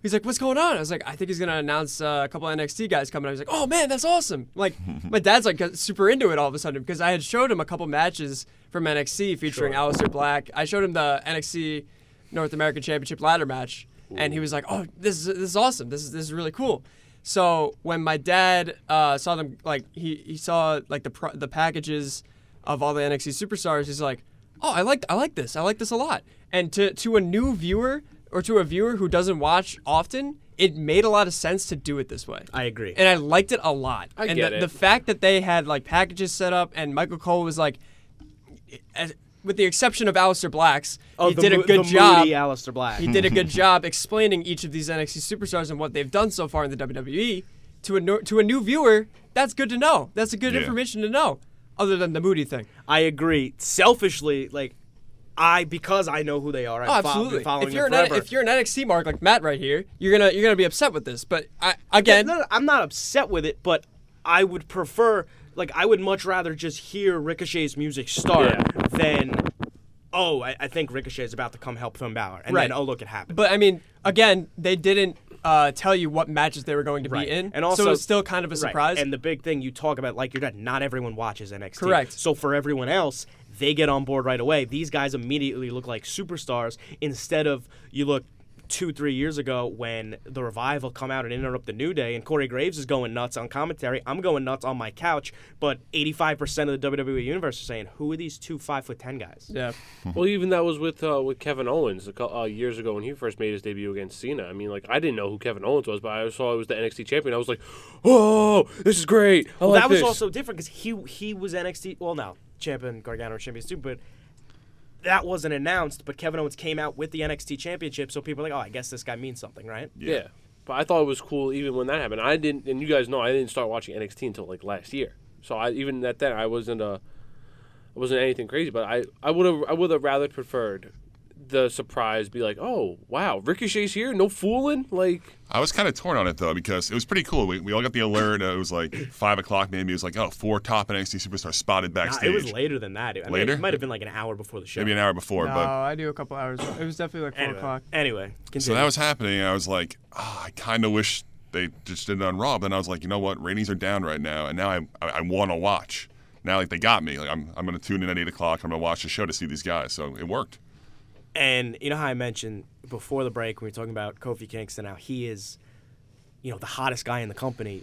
Speaker 6: "He's like, what's going on?" I was like, "I think he's gonna announce uh, a couple NXT guys coming." out." He's like, "Oh man, that's awesome!" Like, my dad's like got super into it all of a sudden because I had showed him a couple matches from NXT featuring Aleister Black. I showed him the NXT North American Championship ladder match, and he was like, "Oh, this is this is awesome. This is this is really cool." So when my dad uh, saw them, like he, he saw like the pro- the packages of all the NXT superstars, he's like, "Oh, I like I like this. I like this a lot." And to to a new viewer or to a viewer who doesn't watch often, it made a lot of sense to do it this way.
Speaker 4: I agree.
Speaker 6: and I liked it a lot. I and
Speaker 5: get
Speaker 6: the,
Speaker 5: it.
Speaker 6: the fact that they had like packages set up, and Michael Cole was like. As, with the exception of Aleister Black's,
Speaker 4: Oh,
Speaker 6: he did a good job
Speaker 4: Moody Aleister Black.
Speaker 6: he did a good job explaining each of these NXT superstars and what they've done so far in the WWE to a no- to a new viewer. That's good to know. That's a good
Speaker 7: Yeah.
Speaker 6: information to know. Other than the Moody thing,
Speaker 4: I agree. Selfishly, like I because I know who they are. I've
Speaker 6: oh,
Speaker 4: fo-
Speaker 6: absolutely.
Speaker 4: been following
Speaker 6: if you're an,
Speaker 4: them forever.
Speaker 6: if you're an NXT mark like Matt right here, you're gonna you're gonna be upset with this. But I, again,
Speaker 4: No, no, I'm not upset with it, but I would prefer, like, I would much rather just hear Ricochet's music start
Speaker 5: Yeah.
Speaker 4: than, oh, I, I think Ricochet's about to come help Finn Balor, and
Speaker 6: Right.
Speaker 4: then oh, look, it happened.
Speaker 6: but I mean, again, they didn't uh, tell you what matches they were going to
Speaker 4: Right.
Speaker 6: be in.
Speaker 4: And also,
Speaker 6: so it was still kind of a
Speaker 4: Right.
Speaker 6: surprise.
Speaker 4: And the big thing you talk about, like you're not, not everyone watches NXT.
Speaker 6: Correct.
Speaker 4: So for everyone else, they get on board right away. These guys immediately look like superstars instead of you look two, three years ago when the revival come out and interrupt the new day and Corey Graves is going nuts on commentary. I'm going nuts on my couch, but 85% of the WWE universe are saying, who are these two five foot ten guys?
Speaker 6: yeah.
Speaker 5: Well, even that was with uh, with Kevin Owens a cou- uh, years ago when he first made his debut against Cena. I mean, like I didn't know who Kevin Owens was, but I saw he was the NXT champion. I was like, "Oh, this is great!" I
Speaker 4: Well,
Speaker 5: like
Speaker 4: that was
Speaker 5: this."
Speaker 4: also different because he he was NXT. Well, no, champion Gargano were champions too, but that wasn't announced. But Kevin Owens came out with the NXT championship, so people are like, oh, I guess this guy means something, right?
Speaker 5: yeah. But I thought it was cool even when that happened. I didn't, and you guys know I didn't start watching NXT until like last year. So I even at then I wasn't uh I wasn't anything crazy, but I I would have I would have rather preferred the surprise be like, "Oh wow, Ricochet's here, no fooling!" Like
Speaker 7: I was kind of torn on it though because it was pretty cool. We, we all got the alert. Uh, it was like five o'clock. Maybe it was like oh four top NXT superstars spotted
Speaker 4: Nah,
Speaker 7: backstage.
Speaker 4: it was later than that. I mean,
Speaker 7: Later?
Speaker 4: it might have been like an hour before the show.
Speaker 7: Maybe an hour before,
Speaker 6: No,
Speaker 7: but
Speaker 6: I do a couple hours. It was definitely like four
Speaker 4: anyway,
Speaker 6: o'clock.
Speaker 4: Anyway,
Speaker 7: So
Speaker 4: continue.
Speaker 7: that was happening, and I was like, "Ah, I kind of wish they just did it on Raw. But then I was like, you know what? Ratings are down right now, and now I I, I want to watch. Now like they got me. Like I'm I'm gonna tune in at eight o'clock. I'm gonna watch the show to see these guys. So it worked.
Speaker 4: and you know how I mentioned before the break when we were talking about Kofi Kingston, how he is, you know, the hottest guy in the company.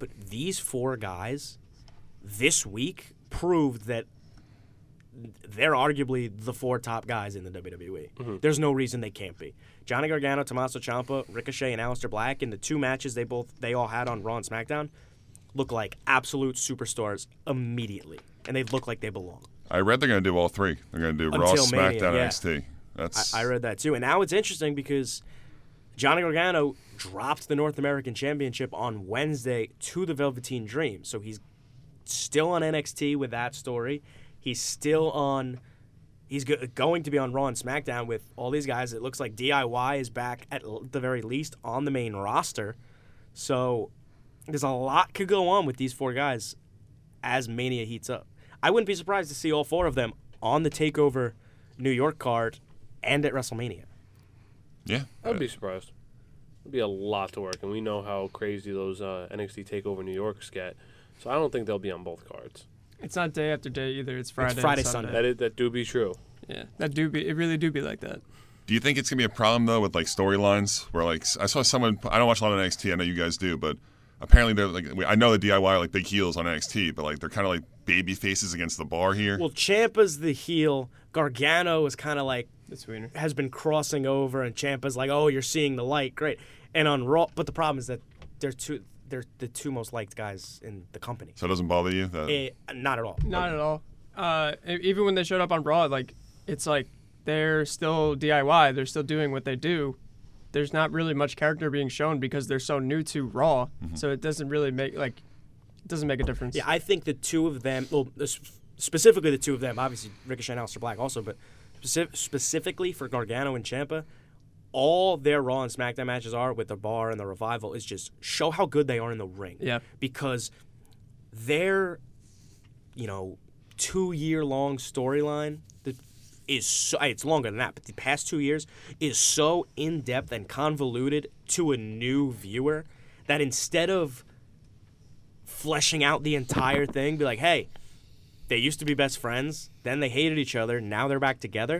Speaker 4: But these four guys this week proved that they're arguably the four top guys in the WWE. There's no reason they can't be. Johnny Gargano, Tommaso Ciampa, Ricochet, and Aleister Black in the two matches they both they all had on Raw and SmackDown look like absolute superstars immediately, and they look like they belong.
Speaker 7: I read they're gonna do all three. They're gonna do Raw,
Speaker 4: Until Mania,
Speaker 7: SmackDown,
Speaker 4: yeah.
Speaker 7: NXT. That's
Speaker 4: I read that too. And now it's interesting because Johnny Gargano dropped the North American Championship on Wednesday to the Velveteen Dream. So he's still on NXT with that story. He's still on. He's go- going to be on Raw and SmackDown with all these guys. It looks like DIY is back at l- the very least on the main roster. So there's a lot could go on with these four guys as Mania heats up. I wouldn't be surprised to see all four of them on the Takeover New York card and at WrestleMania.
Speaker 7: yeah.
Speaker 5: I'd be surprised. It'd be a lot to work, and we know how crazy those uh, NXT Takeover New Yorks get. So I don't think they'll be on both cards.
Speaker 6: It's not day after day either. It's Friday. and
Speaker 4: Friday,
Speaker 6: Sunday.
Speaker 5: That is, that do be true.
Speaker 6: Yeah, that do be. It really do be like that.
Speaker 7: Do you think it's gonna be a problem though with like storylines where like I saw someone I don't watch a lot of NXT I know you guys do but apparently they're like I know the DIY are like big heels on NXT but like they're kind of like baby faces against the bar here.
Speaker 4: Well, Champa's the heel. Gargano is kind of like
Speaker 6: It's wiener.
Speaker 4: has been crossing over, and Champa's like, "Oh, you're seeing the light, great." And on Raw, but the problem is that they're two, they're the two most liked guys in the company.
Speaker 7: so it doesn't bother you? That,
Speaker 4: Eh, not at all.
Speaker 6: Not at all. Uh, e- even when they showed up on Raw, like it's like they're still DIY. They're still doing what they do. There's not really much character being shown because they're so new to Raw. So it doesn't really make like it doesn't make a difference.
Speaker 4: Yeah, I think the two of them, well, s- specifically the two of them, obviously Ricochet and Aleister Black also, but specif- specifically for Gargano and Champa, all their Raw and SmackDown matches are with the Bar and the Revival is just show how good they are in the ring.
Speaker 6: Yeah.
Speaker 4: because their, you know, two year long storyline that is so, it's longer than that, but the past two years is so in depth and convoluted to a new viewer that instead of fleshing out the entire thing, be like, hey, they used to be best friends, then they hated each other, now they're back together.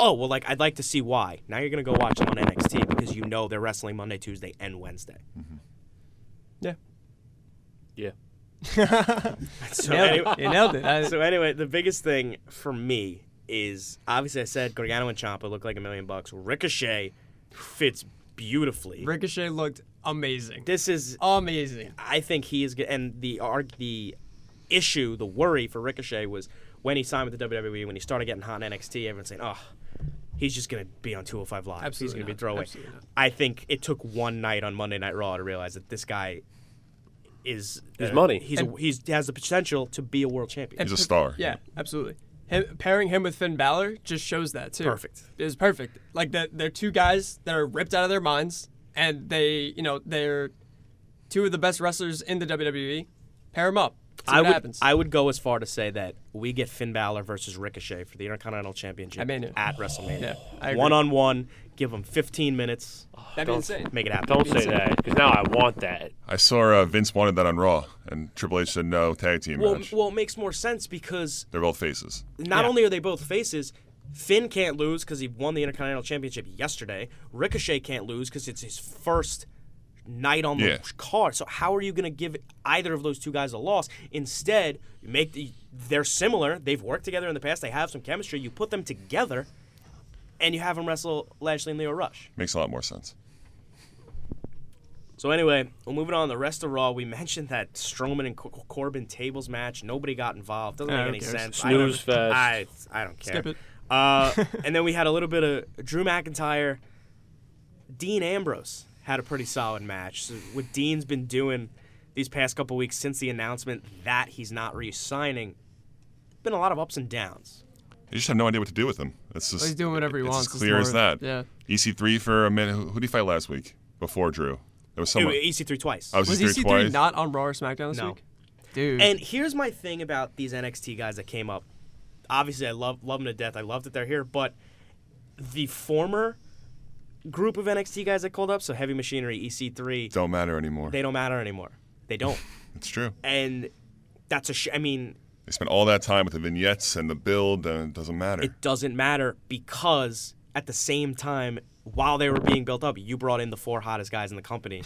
Speaker 4: Oh, well, like, I'd like to see why. Now you're going to go watch them on NXT because you know they're wrestling Monday, Tuesday, and Wednesday.
Speaker 6: Yeah.
Speaker 5: Yeah.
Speaker 4: So,
Speaker 6: Nailed
Speaker 4: anyway,
Speaker 6: it. You nailed it. [laughs] I,
Speaker 4: so anyway, the biggest thing for me is obviously I said Gargano and Ciampa look like a million bucks. Ricochet fits beautifully.
Speaker 6: Ricochet looked amazing.
Speaker 4: this is
Speaker 6: amazing.
Speaker 4: I think he is, g- and the arg- the issue, the worry for Ricochet was when he signed with the WWE, when he started getting hot in NXT, everyone's saying, "Oh, he's just gonna be on 205 Live. he's
Speaker 6: Absolutely
Speaker 4: gonna be
Speaker 6: not.
Speaker 4: throwaway."
Speaker 6: Absolutely not.
Speaker 4: I think it took one night on Monday Night Raw to realize that this guy is uh,
Speaker 5: He's money.
Speaker 4: He's a, he's has the potential to be a world champion.
Speaker 7: He's a star.
Speaker 6: Yeah, absolutely. Him, pairing him with Finn Balor just shows that too.
Speaker 4: Perfect.
Speaker 6: It was perfect. Like that, they're two guys that are ripped out of their minds, and they, you know, they're two of the best wrestlers in the WWE. Pair them up. See
Speaker 4: I
Speaker 6: what
Speaker 4: would
Speaker 6: happens.
Speaker 4: I would go as far to say that we get Finn Balor versus Ricochet for the Intercontinental Championship
Speaker 6: I mean it.
Speaker 4: at WrestleMania.
Speaker 6: Yeah, I agree.
Speaker 4: One on one, Give them 15 minutes.
Speaker 2: That'd be insane.
Speaker 4: Make it happen.
Speaker 5: Don't say that, because now I want that.
Speaker 7: I saw uh, Vince wanted that on Raw, and Triple H said no tag team
Speaker 4: Well,
Speaker 7: match.
Speaker 4: well, it makes more sense because
Speaker 7: They're both faces.
Speaker 4: not
Speaker 6: Yeah.
Speaker 4: only are they both faces, Finn can't lose because he won the Intercontinental Championship yesterday. Ricochet can't lose because it's his first night on the
Speaker 7: Yeah.
Speaker 4: card. So how are you going to give either of those two guys a loss? Instead, you make the, they're similar. They've worked together in the past. They have some chemistry. You put them together, and you have them wrestle Lashley and Leo Rush.
Speaker 7: Makes a lot more sense.
Speaker 4: So anyway, we're moving on. The rest of Raw, we mentioned that Strowman and Cor- Corbin tables match. Nobody got involved. Doesn't
Speaker 6: Ah,
Speaker 4: make
Speaker 6: who
Speaker 4: any
Speaker 6: cares?
Speaker 4: sense.
Speaker 5: Snooze
Speaker 4: I don't,
Speaker 5: fest.
Speaker 4: I, I don't care.
Speaker 6: Skip it.
Speaker 4: Uh,
Speaker 6: [laughs]
Speaker 4: and then we had a little bit of Drew McIntyre. Dean Ambrose had a pretty solid match. So what Dean's been doing these past couple weeks since the announcement that he's not re-signing, been a lot of ups and downs.
Speaker 7: You just have no idea what to do with him. It's just
Speaker 6: he's doing whatever he
Speaker 7: it's
Speaker 6: wants.
Speaker 7: As
Speaker 6: It's
Speaker 7: clear as
Speaker 6: more-
Speaker 7: that.
Speaker 6: yeah.
Speaker 7: EC3 for a minute. Who, who did he fight last week before Drew? There was someone.
Speaker 4: EC3 E twice.
Speaker 7: I was,
Speaker 6: Was
Speaker 7: EC3
Speaker 6: EC3
Speaker 7: twice.
Speaker 6: not on Raw or SmackDown this
Speaker 4: No.
Speaker 6: week? Dude.
Speaker 4: And here's my thing about these NXT guys that came up. Obviously, I love love them to death. I love that they're here, but the former group of NXT guys that called up, so Heavy Machinery, EC3,
Speaker 7: Don't matter anymore.
Speaker 4: they don't matter anymore. They don't,
Speaker 7: It's true.
Speaker 4: and that's a. Sh- I mean,
Speaker 7: They spent all that time with the vignettes and the build, and it doesn't matter.
Speaker 4: it doesn't matter because at the same time, while they were being built up, you brought in the four hottest guys in the
Speaker 6: [laughs]
Speaker 4: company.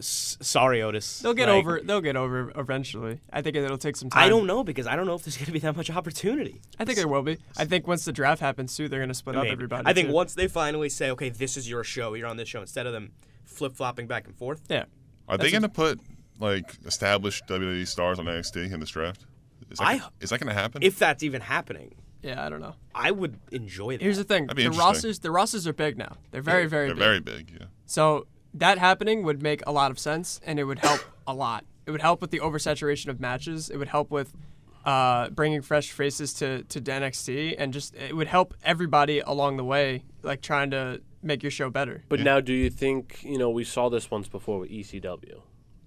Speaker 4: S- sorry, Otis.
Speaker 6: they'll get
Speaker 4: Like,
Speaker 6: over. They'll get over eventually. I think it'll take some time.
Speaker 4: I don't know because I don't know if there's going to be that much opportunity.
Speaker 6: I think there will be. I think once the draft happens too, they're gonna split up
Speaker 4: Maybe.
Speaker 6: everybody.
Speaker 4: I think
Speaker 6: too.
Speaker 4: once they finally say, okay, this is your show, you're on this show, instead of them flip flopping back and forth,
Speaker 6: Yeah.
Speaker 7: Are they
Speaker 6: That's
Speaker 7: going to put like established WWE stars on NXT in this draft? Is that,
Speaker 4: I-
Speaker 7: is that going to happen?
Speaker 4: if that's even happening,
Speaker 6: Yeah. I don't know.
Speaker 4: I would enjoy that.
Speaker 6: Here's the thing.
Speaker 7: That'd be
Speaker 6: The
Speaker 7: interesting.
Speaker 6: rosters. The rosters are big now. They're very, very
Speaker 7: They're
Speaker 6: big.
Speaker 7: very big. Yeah.
Speaker 6: So that happening would make a lot of sense, and it would help a lot. It would help with the oversaturation of matches. It would help with uh, bringing fresh faces to to NXT, and just it would help everybody along the way, like trying to make your show better.
Speaker 5: But now, do you think you know? We saw this once before with ECW.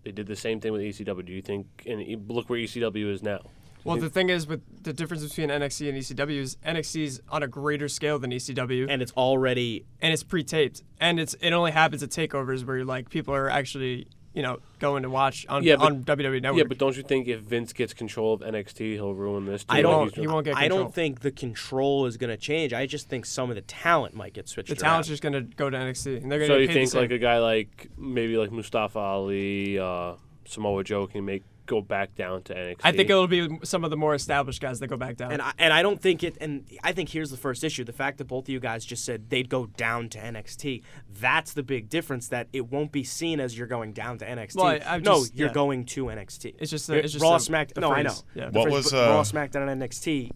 Speaker 5: They did the same thing with ECW. Do you think? And e- look where ECW is now.
Speaker 6: Well, the thing is, with the difference between NXT and ECW is NXT's on a greater scale than E ECW, and,
Speaker 4: and it's already
Speaker 6: it's pre-taped, and it's it only happens at takeovers where like people are actually you know going to watch on
Speaker 5: Yeah, but-
Speaker 6: on WWE Network.
Speaker 5: Yeah, but don't you think if Vince gets control of NXT, he'll ruin this? Too?
Speaker 4: I don't
Speaker 6: won't- he won't get
Speaker 4: I don't
Speaker 6: control.
Speaker 4: think the control is going to change. I just think some of the talent might get switched
Speaker 6: the
Speaker 4: around.
Speaker 6: talent's just gonna go to NXT, and they're gonna
Speaker 5: So
Speaker 6: get
Speaker 5: you
Speaker 6: paid the
Speaker 5: think
Speaker 6: same.
Speaker 5: like a guy like maybe like Mustafa Ali, uh, Samoa Joe can make go back down to NXT?
Speaker 6: I think it'll be some of the more established guys that go back down.
Speaker 4: and I, and I don't think it and I think here's the first issue the fact that both of you guys just said they'd go down to NXT that's the big difference that it won't be seen as you're going down to NXT
Speaker 6: Well, I- I'm
Speaker 4: no
Speaker 6: just-
Speaker 4: you're
Speaker 6: yeah.
Speaker 4: going to NXT
Speaker 6: It's just a-
Speaker 4: You're-
Speaker 6: it's just
Speaker 4: Raw
Speaker 6: a-
Speaker 4: Smack
Speaker 6: a
Speaker 4: no I know
Speaker 6: phrase. Yeah.
Speaker 4: The
Speaker 7: What
Speaker 4: phrase,
Speaker 7: was,
Speaker 4: but Raw
Speaker 7: uh,
Speaker 4: SmackDown and NXT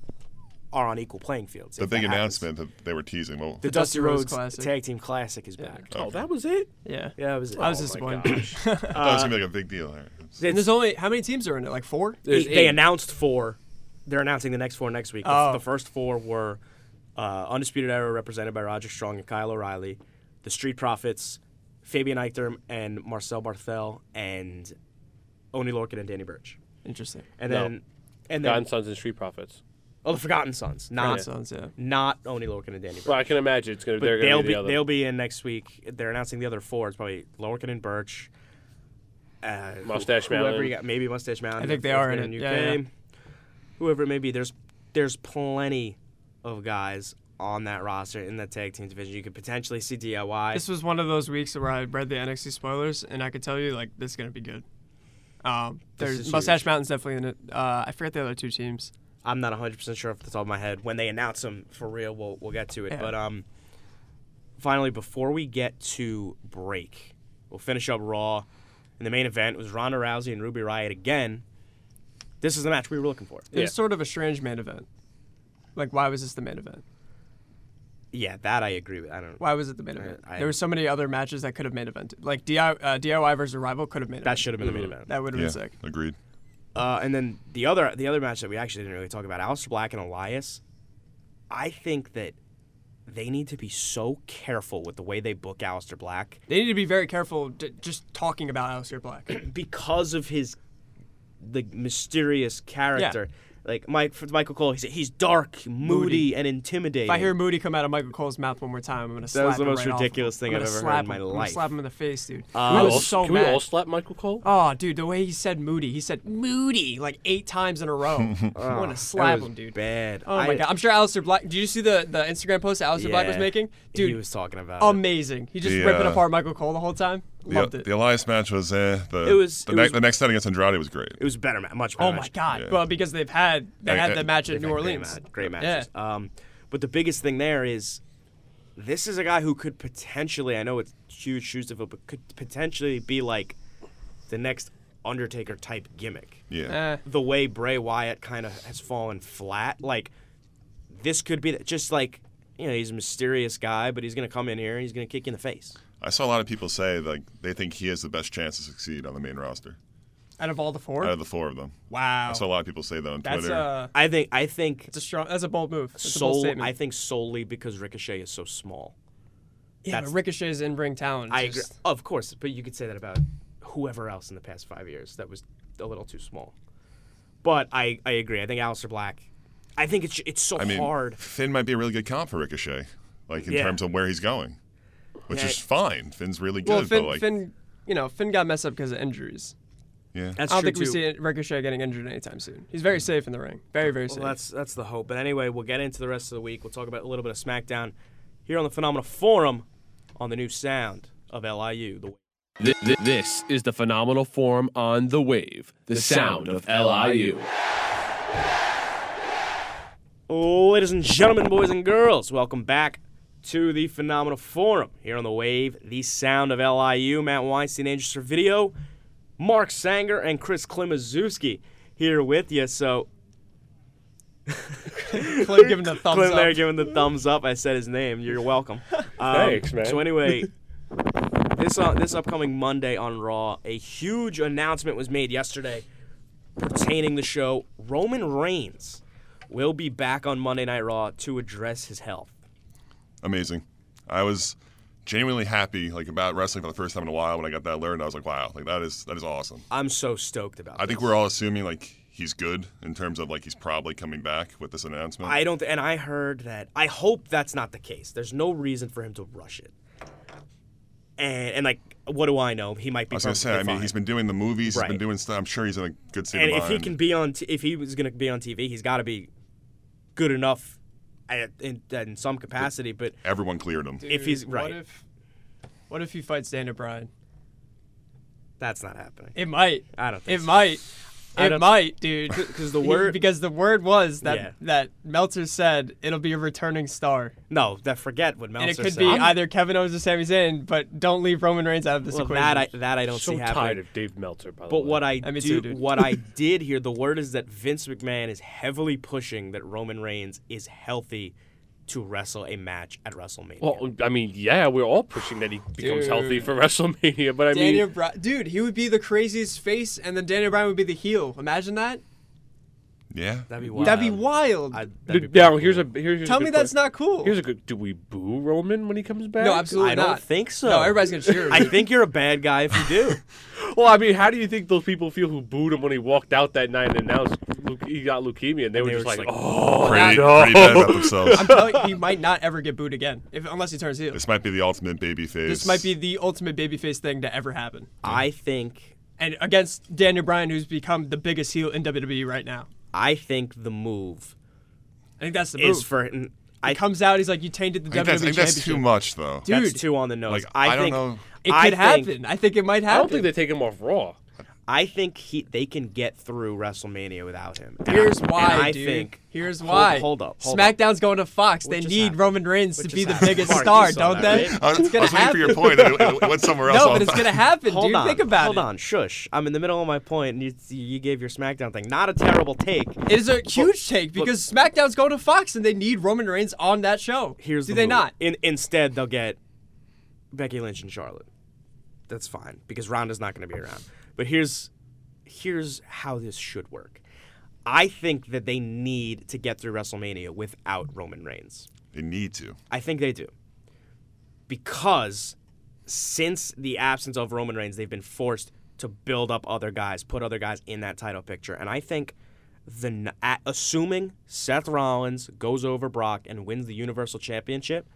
Speaker 4: are on equal playing fields
Speaker 7: The
Speaker 4: if that
Speaker 7: big
Speaker 4: happens.
Speaker 7: announcement that they were teasing. Well,
Speaker 4: the, Dusty
Speaker 6: Dusty Rhodes
Speaker 4: Rhodes
Speaker 6: Classic.
Speaker 4: Tag Team Classic is back
Speaker 5: Oh, that was it.
Speaker 6: yeah,
Speaker 4: yeah it was
Speaker 6: I was
Speaker 4: oh,
Speaker 5: uh,
Speaker 6: disappointed.
Speaker 5: [laughs]
Speaker 7: I thought it
Speaker 4: uh,
Speaker 7: was going to be like a big deal. There.
Speaker 6: and [clears throat] there's only how many teams are in it? Like four.
Speaker 5: There's
Speaker 4: they
Speaker 5: eight.
Speaker 4: announced four. They're announcing the next four next week. The-
Speaker 6: Oh.
Speaker 4: The first four were uh, Undisputed Era, represented by Roger Strong and Kyle O'Reilly, the Street Profits, Fabian Eichterm and Marcel Barthel, and Oni Lorcan and Danny Birch.
Speaker 6: Interesting.
Speaker 4: And
Speaker 5: No.
Speaker 4: then, and then,
Speaker 5: God, Sons and Street Profits.
Speaker 4: oh, the Forgotten Sons,
Speaker 6: That
Speaker 4: not
Speaker 6: sounds yeah.
Speaker 4: not Oni Lorcan and Danny Birch.
Speaker 5: Well, I can imagine it's gonna.
Speaker 4: But
Speaker 5: they're
Speaker 4: they'll
Speaker 5: gonna be,
Speaker 4: be
Speaker 5: the other.
Speaker 4: they'll be in next week. They're announcing the other four. It's probably Lorcan and Birch. Uh, who-
Speaker 5: Mustache
Speaker 4: whoever
Speaker 5: Mountain.
Speaker 4: you got, maybe Mustache Mountain.
Speaker 6: I think they
Speaker 4: if
Speaker 6: are
Speaker 4: they're
Speaker 6: in it.
Speaker 4: UK.
Speaker 6: Yeah, yeah.
Speaker 4: Whoever it may be, there's there's plenty of guys on that roster in that tag team division. You could potentially see DIY.
Speaker 6: This was one of those weeks where I read the NXT spoilers, and I could tell you like this is gonna be good. Um,
Speaker 4: is
Speaker 6: there's
Speaker 4: huge.
Speaker 6: Mustache Mountain's definitely in it. Uh, I forget the other two teams.
Speaker 4: I'm not 100 percent sure off the top of my head. When they announce them for real, we'll we'll get to it.
Speaker 6: Yeah.
Speaker 4: But um, finally, before we get to break, we'll finish up Raw. And the main event was Ronda Rousey and Ruby Riot again. This is the match we were looking for.
Speaker 6: It
Speaker 5: Yeah.
Speaker 6: was sort of a strange main event. Like, why was this the main event?
Speaker 4: Yeah, that I agree with. I don't.
Speaker 6: Why was it the main event?
Speaker 4: I-
Speaker 6: there were so many other matches that could have main evented. Like DI, uh, DIY versus Rival could have main
Speaker 4: That
Speaker 6: evented.
Speaker 4: should have been the main event.
Speaker 6: Mm-hmm. That would have
Speaker 7: Yeah,
Speaker 6: been sick.
Speaker 7: agreed.
Speaker 4: Uh, and then the other the other match that we actually didn't really talk about, Alistair Black and Elias. I think that they need to be so careful with the way they book Alistair Black
Speaker 6: They need to be very careful d- just talking about Aleister Black.
Speaker 4: because of his the mysterious character. Like Mike for Michael Cole, he said he's dark, moody, and intimidating.
Speaker 6: If I hear Moody come out of Michael Cole's mouth one more time, I'm gonna slap
Speaker 4: was the
Speaker 6: him
Speaker 4: most
Speaker 6: right off.
Speaker 4: ridiculous thing
Speaker 6: I'm
Speaker 4: I've
Speaker 6: gonna
Speaker 4: ever heard
Speaker 6: slap
Speaker 4: in my
Speaker 6: him. I'm gonna
Speaker 4: life. Uh,
Speaker 6: slap him in the face, dude.
Speaker 5: Can
Speaker 6: I
Speaker 5: we
Speaker 6: was
Speaker 5: all-
Speaker 6: so
Speaker 5: Can
Speaker 6: mad.
Speaker 5: we all slap Michael Cole?
Speaker 6: Oh, dude, the way he said Moody, he said Moody like eight times in a
Speaker 4: [laughs]
Speaker 6: row. I want to slap
Speaker 4: was
Speaker 6: him, dude.
Speaker 4: Bad.
Speaker 6: Oh my
Speaker 4: I-
Speaker 6: god, I'm sure Alistair Black. Did you see the, the Instagram post that Alistair Black was
Speaker 4: Yeah.
Speaker 6: making?
Speaker 4: He
Speaker 6: Dude,
Speaker 4: was talking about. it.
Speaker 6: amazing. He just
Speaker 7: The,
Speaker 6: ripping
Speaker 7: uh,
Speaker 6: apart Michael Cole the whole time.
Speaker 7: The,
Speaker 6: Loved it.
Speaker 7: the Elias match was eh. The,
Speaker 4: It was-
Speaker 7: the,
Speaker 4: it
Speaker 7: ne-
Speaker 4: was-
Speaker 7: the next night against Andrade was great.
Speaker 4: It was a better, ma- much better.
Speaker 6: oh my
Speaker 4: match.
Speaker 6: god.
Speaker 7: Yeah.
Speaker 6: Well, because they've had they
Speaker 7: I-
Speaker 6: had
Speaker 7: I-
Speaker 6: the match at New
Speaker 4: They've had
Speaker 6: Orleans.
Speaker 4: Great, ma- great matches. Um, but the biggest thing there is this is a guy who could potentially, I know it's huge shoes to fill, but could potentially be like the next Undertaker type gimmick.
Speaker 7: Yeah.
Speaker 6: Yeah. Eh.
Speaker 4: The way Bray Wyatt kind of has fallen flat, like this could be just like you know he's a mysterious guy, but he's gonna come in here and he's gonna kick you in the face.
Speaker 7: I saw a lot of people say like they think he has the best chance to succeed on the main roster
Speaker 6: Out of all the four.
Speaker 7: out of the four of them.
Speaker 6: wow.
Speaker 7: I saw a lot of people say that on
Speaker 6: That's
Speaker 7: Twitter.
Speaker 6: uh,
Speaker 4: I think I think
Speaker 6: it's a strong. That's a bold move. That's a bold
Speaker 4: sol-
Speaker 6: statement.
Speaker 4: I think solely because Ricochet is so small.
Speaker 6: yeah, but
Speaker 4: that's-
Speaker 6: Ricochet's in ring talent. is
Speaker 4: I agree.
Speaker 6: just-
Speaker 4: Of course, but you could say that about whoever else in the past five years that was a little too small. But I, I agree. I think Alistair Black. I think it's it's so
Speaker 7: I mean,
Speaker 4: hard.
Speaker 7: Finn might be a really good comp for Ricochet, like in
Speaker 4: Yeah.
Speaker 7: terms of where he's going, which
Speaker 4: Yeah.
Speaker 7: is fine. Finn's really good,
Speaker 6: Well, Finn,
Speaker 7: but like,
Speaker 6: Finn, you know, Finn got messed up because of injuries.
Speaker 7: yeah,
Speaker 4: That's
Speaker 6: I don't
Speaker 4: true
Speaker 6: think we
Speaker 4: too.
Speaker 6: see Ricochet getting injured anytime soon. He's very safe in the ring. Very, very safe.
Speaker 4: Well, that's that's the hope. But anyway, we'll get into the rest of the week. We'll talk about a little bit of SmackDown here on the Phenomena Forum on the new sound of LIU. The
Speaker 5: This, this is the phenomenal form on the wave, the sound of LIU.
Speaker 4: Ladies and gentlemen, boys and girls, welcome back to the Phenomenal Forum here on the Wave, the sound of LIU. Matt Weinstein, Angels for Video, Mark Sanger, and Chris Klimaszewski here with you. So, [laughs]
Speaker 6: Clem giving the thumbs
Speaker 4: Clem
Speaker 6: up.
Speaker 4: there giving the thumbs up. I said his name. You're welcome. Um,
Speaker 5: Thanks, man.
Speaker 4: So, anyway. This, uh, this upcoming Monday on Raw, a huge announcement was made yesterday pertaining the show. Roman Reigns will be back on Monday Night Raw to address his health.
Speaker 7: amazing. I was genuinely happy, like about wrestling for the first time in a while when I got that alert. I was like, wow, like that is that is awesome.
Speaker 4: I'm so stoked about.
Speaker 7: I think
Speaker 4: this.
Speaker 7: we're all assuming like he's good in terms of like he's probably coming back with this announcement.
Speaker 4: I don't. th- and I heard that. I hope that's not the case. There's no reason for him to rush it. And and like, what do I know? He might be.
Speaker 7: I was gonna say, I mean, he's been doing the movies, he's
Speaker 4: Right.
Speaker 7: been doing stuff. I'm sure he's in a good state
Speaker 4: And
Speaker 7: of
Speaker 4: if
Speaker 7: mind.
Speaker 4: he can be on, t- if he was gonna be on TV, he's got to be good enough, at, in, in some capacity. But
Speaker 7: Everyone cleared him.
Speaker 4: if he's
Speaker 6: Dude,
Speaker 4: right,
Speaker 6: What if, what if he fights Dan O'Brien?
Speaker 4: that's not happening.
Speaker 6: It might.
Speaker 4: I don't think
Speaker 6: It
Speaker 4: so.
Speaker 6: might.
Speaker 4: I
Speaker 6: It
Speaker 4: don't- [laughs]
Speaker 6: might, dude.
Speaker 4: 'cause the word-
Speaker 6: because the word was that
Speaker 4: Yeah.
Speaker 6: that Meltzer said it'll be a returning star,
Speaker 4: No, that forget what Meltzer
Speaker 6: and it could
Speaker 4: said.
Speaker 6: be
Speaker 4: I'm-
Speaker 6: either Kevin Owens or Sami Zayn. But don't leave Roman Reigns out of this
Speaker 4: well,
Speaker 6: equation.
Speaker 4: that I that I don't
Speaker 5: So
Speaker 4: see
Speaker 5: tired
Speaker 4: happening.
Speaker 5: of Dave Meltzer, by the
Speaker 4: But
Speaker 5: way.
Speaker 4: what I
Speaker 6: I mean,
Speaker 4: do,
Speaker 6: so, dude.
Speaker 4: what
Speaker 6: [laughs]
Speaker 4: I did here, the word is that Vince McMahon is heavily pushing that Roman Reigns is healthy to wrestle a match at WrestleMania.
Speaker 5: Well, I mean, yeah, we're all pushing that he becomes
Speaker 6: Dude.
Speaker 5: healthy for [laughs] WrestleMania, but I
Speaker 6: Daniel
Speaker 5: mean,
Speaker 6: Bri- dude, he would be the craziest face, and then Daniel Bryan would be the heel. Imagine that.
Speaker 7: Yeah.
Speaker 4: that'd be wild.
Speaker 6: That'd be wild.
Speaker 4: I'd-
Speaker 5: d-
Speaker 4: that'd be
Speaker 5: now
Speaker 4: pretty
Speaker 5: here's
Speaker 4: cool.
Speaker 5: a here's, here's
Speaker 6: Tell
Speaker 5: a good
Speaker 6: me that's
Speaker 5: question.
Speaker 6: not cool.
Speaker 5: Here's a good. Do we boo Roman when he comes back?
Speaker 6: no, absolutely
Speaker 4: I
Speaker 6: not.
Speaker 4: don't think so.
Speaker 6: No, everybody's gonna cheer. [laughs]
Speaker 4: [laughs]
Speaker 6: him,
Speaker 4: I
Speaker 6: dude.
Speaker 4: think you're a bad guy if you do.
Speaker 5: Well, I mean, how do you think those people feel who booed him when he walked out that night and announced leu- he got leukemia? And they, were,
Speaker 4: they
Speaker 5: just
Speaker 4: were just like,
Speaker 5: like, "Oh,
Speaker 7: pretty,
Speaker 5: no.
Speaker 7: pretty bad about themselves.
Speaker 6: I'm telling you, he might not ever get booed again, if, unless he turns heel.
Speaker 7: this might be the ultimate baby phase.
Speaker 6: This might be the ultimate babyface thing to ever happen.
Speaker 4: I think,
Speaker 6: And against Daniel Bryan, who's become the biggest heel in WWE right now.
Speaker 4: I think the move
Speaker 6: I think that's the move.
Speaker 4: is for. I
Speaker 6: he comes out, he's like, you tainted the
Speaker 7: I think,
Speaker 6: WWE
Speaker 7: that's, I think that's
Speaker 6: championship.
Speaker 7: too much, though.
Speaker 6: Dude,
Speaker 4: that's two on the nose.
Speaker 7: Like, I don't
Speaker 4: think
Speaker 7: know.
Speaker 6: it could
Speaker 4: I think-
Speaker 6: happen. I think it might happen.
Speaker 5: I don't think they take him off Raw.
Speaker 4: I think he they can get through WrestleMania without him. And I-
Speaker 6: Here's
Speaker 4: and
Speaker 6: why,
Speaker 4: I
Speaker 6: dude.
Speaker 4: think.
Speaker 6: Here's
Speaker 4: hold-
Speaker 6: why.
Speaker 4: hold up, hold up.
Speaker 6: SmackDown's going to Fox. they
Speaker 4: just
Speaker 6: need
Speaker 4: happened?
Speaker 6: Roman Reigns to
Speaker 4: just
Speaker 6: be the
Speaker 4: happened?
Speaker 6: biggest
Speaker 4: Mark, you
Speaker 6: star,
Speaker 4: saw
Speaker 6: don't
Speaker 4: that,
Speaker 6: they?
Speaker 4: right?
Speaker 7: I was,
Speaker 6: It's
Speaker 7: I
Speaker 6: gonna
Speaker 7: was waiting for
Speaker 6: happen.
Speaker 7: your point. and It, it went somewhere else.
Speaker 6: [laughs] No, but it's gonna happen,
Speaker 4: Hold
Speaker 6: dude.
Speaker 4: on,
Speaker 6: Think about
Speaker 4: hold
Speaker 6: it.
Speaker 4: on, shush. I'm in the middle of my point, and you, you gave your SmackDown thing. Not a terrible take.
Speaker 6: It is a huge take because SmackDown's going to Fox and they need Roman Reigns on that show.
Speaker 4: Here's
Speaker 6: Do
Speaker 4: the
Speaker 6: they
Speaker 4: move.
Speaker 6: not?
Speaker 4: In, instead, they'll get Becky Lynch and Charlotte. That's fine because Ronda's not going to be around. But here's here's how this should work. I think that they need to get through WrestleMania without Roman Reigns.
Speaker 7: They need to.
Speaker 4: I think they do. Because since the absence of Roman Reigns, they've been forced to build up other guys, put other guys in that title picture. And I think the n- a- assuming Seth Rollins goes over Brock and wins the Universal Championship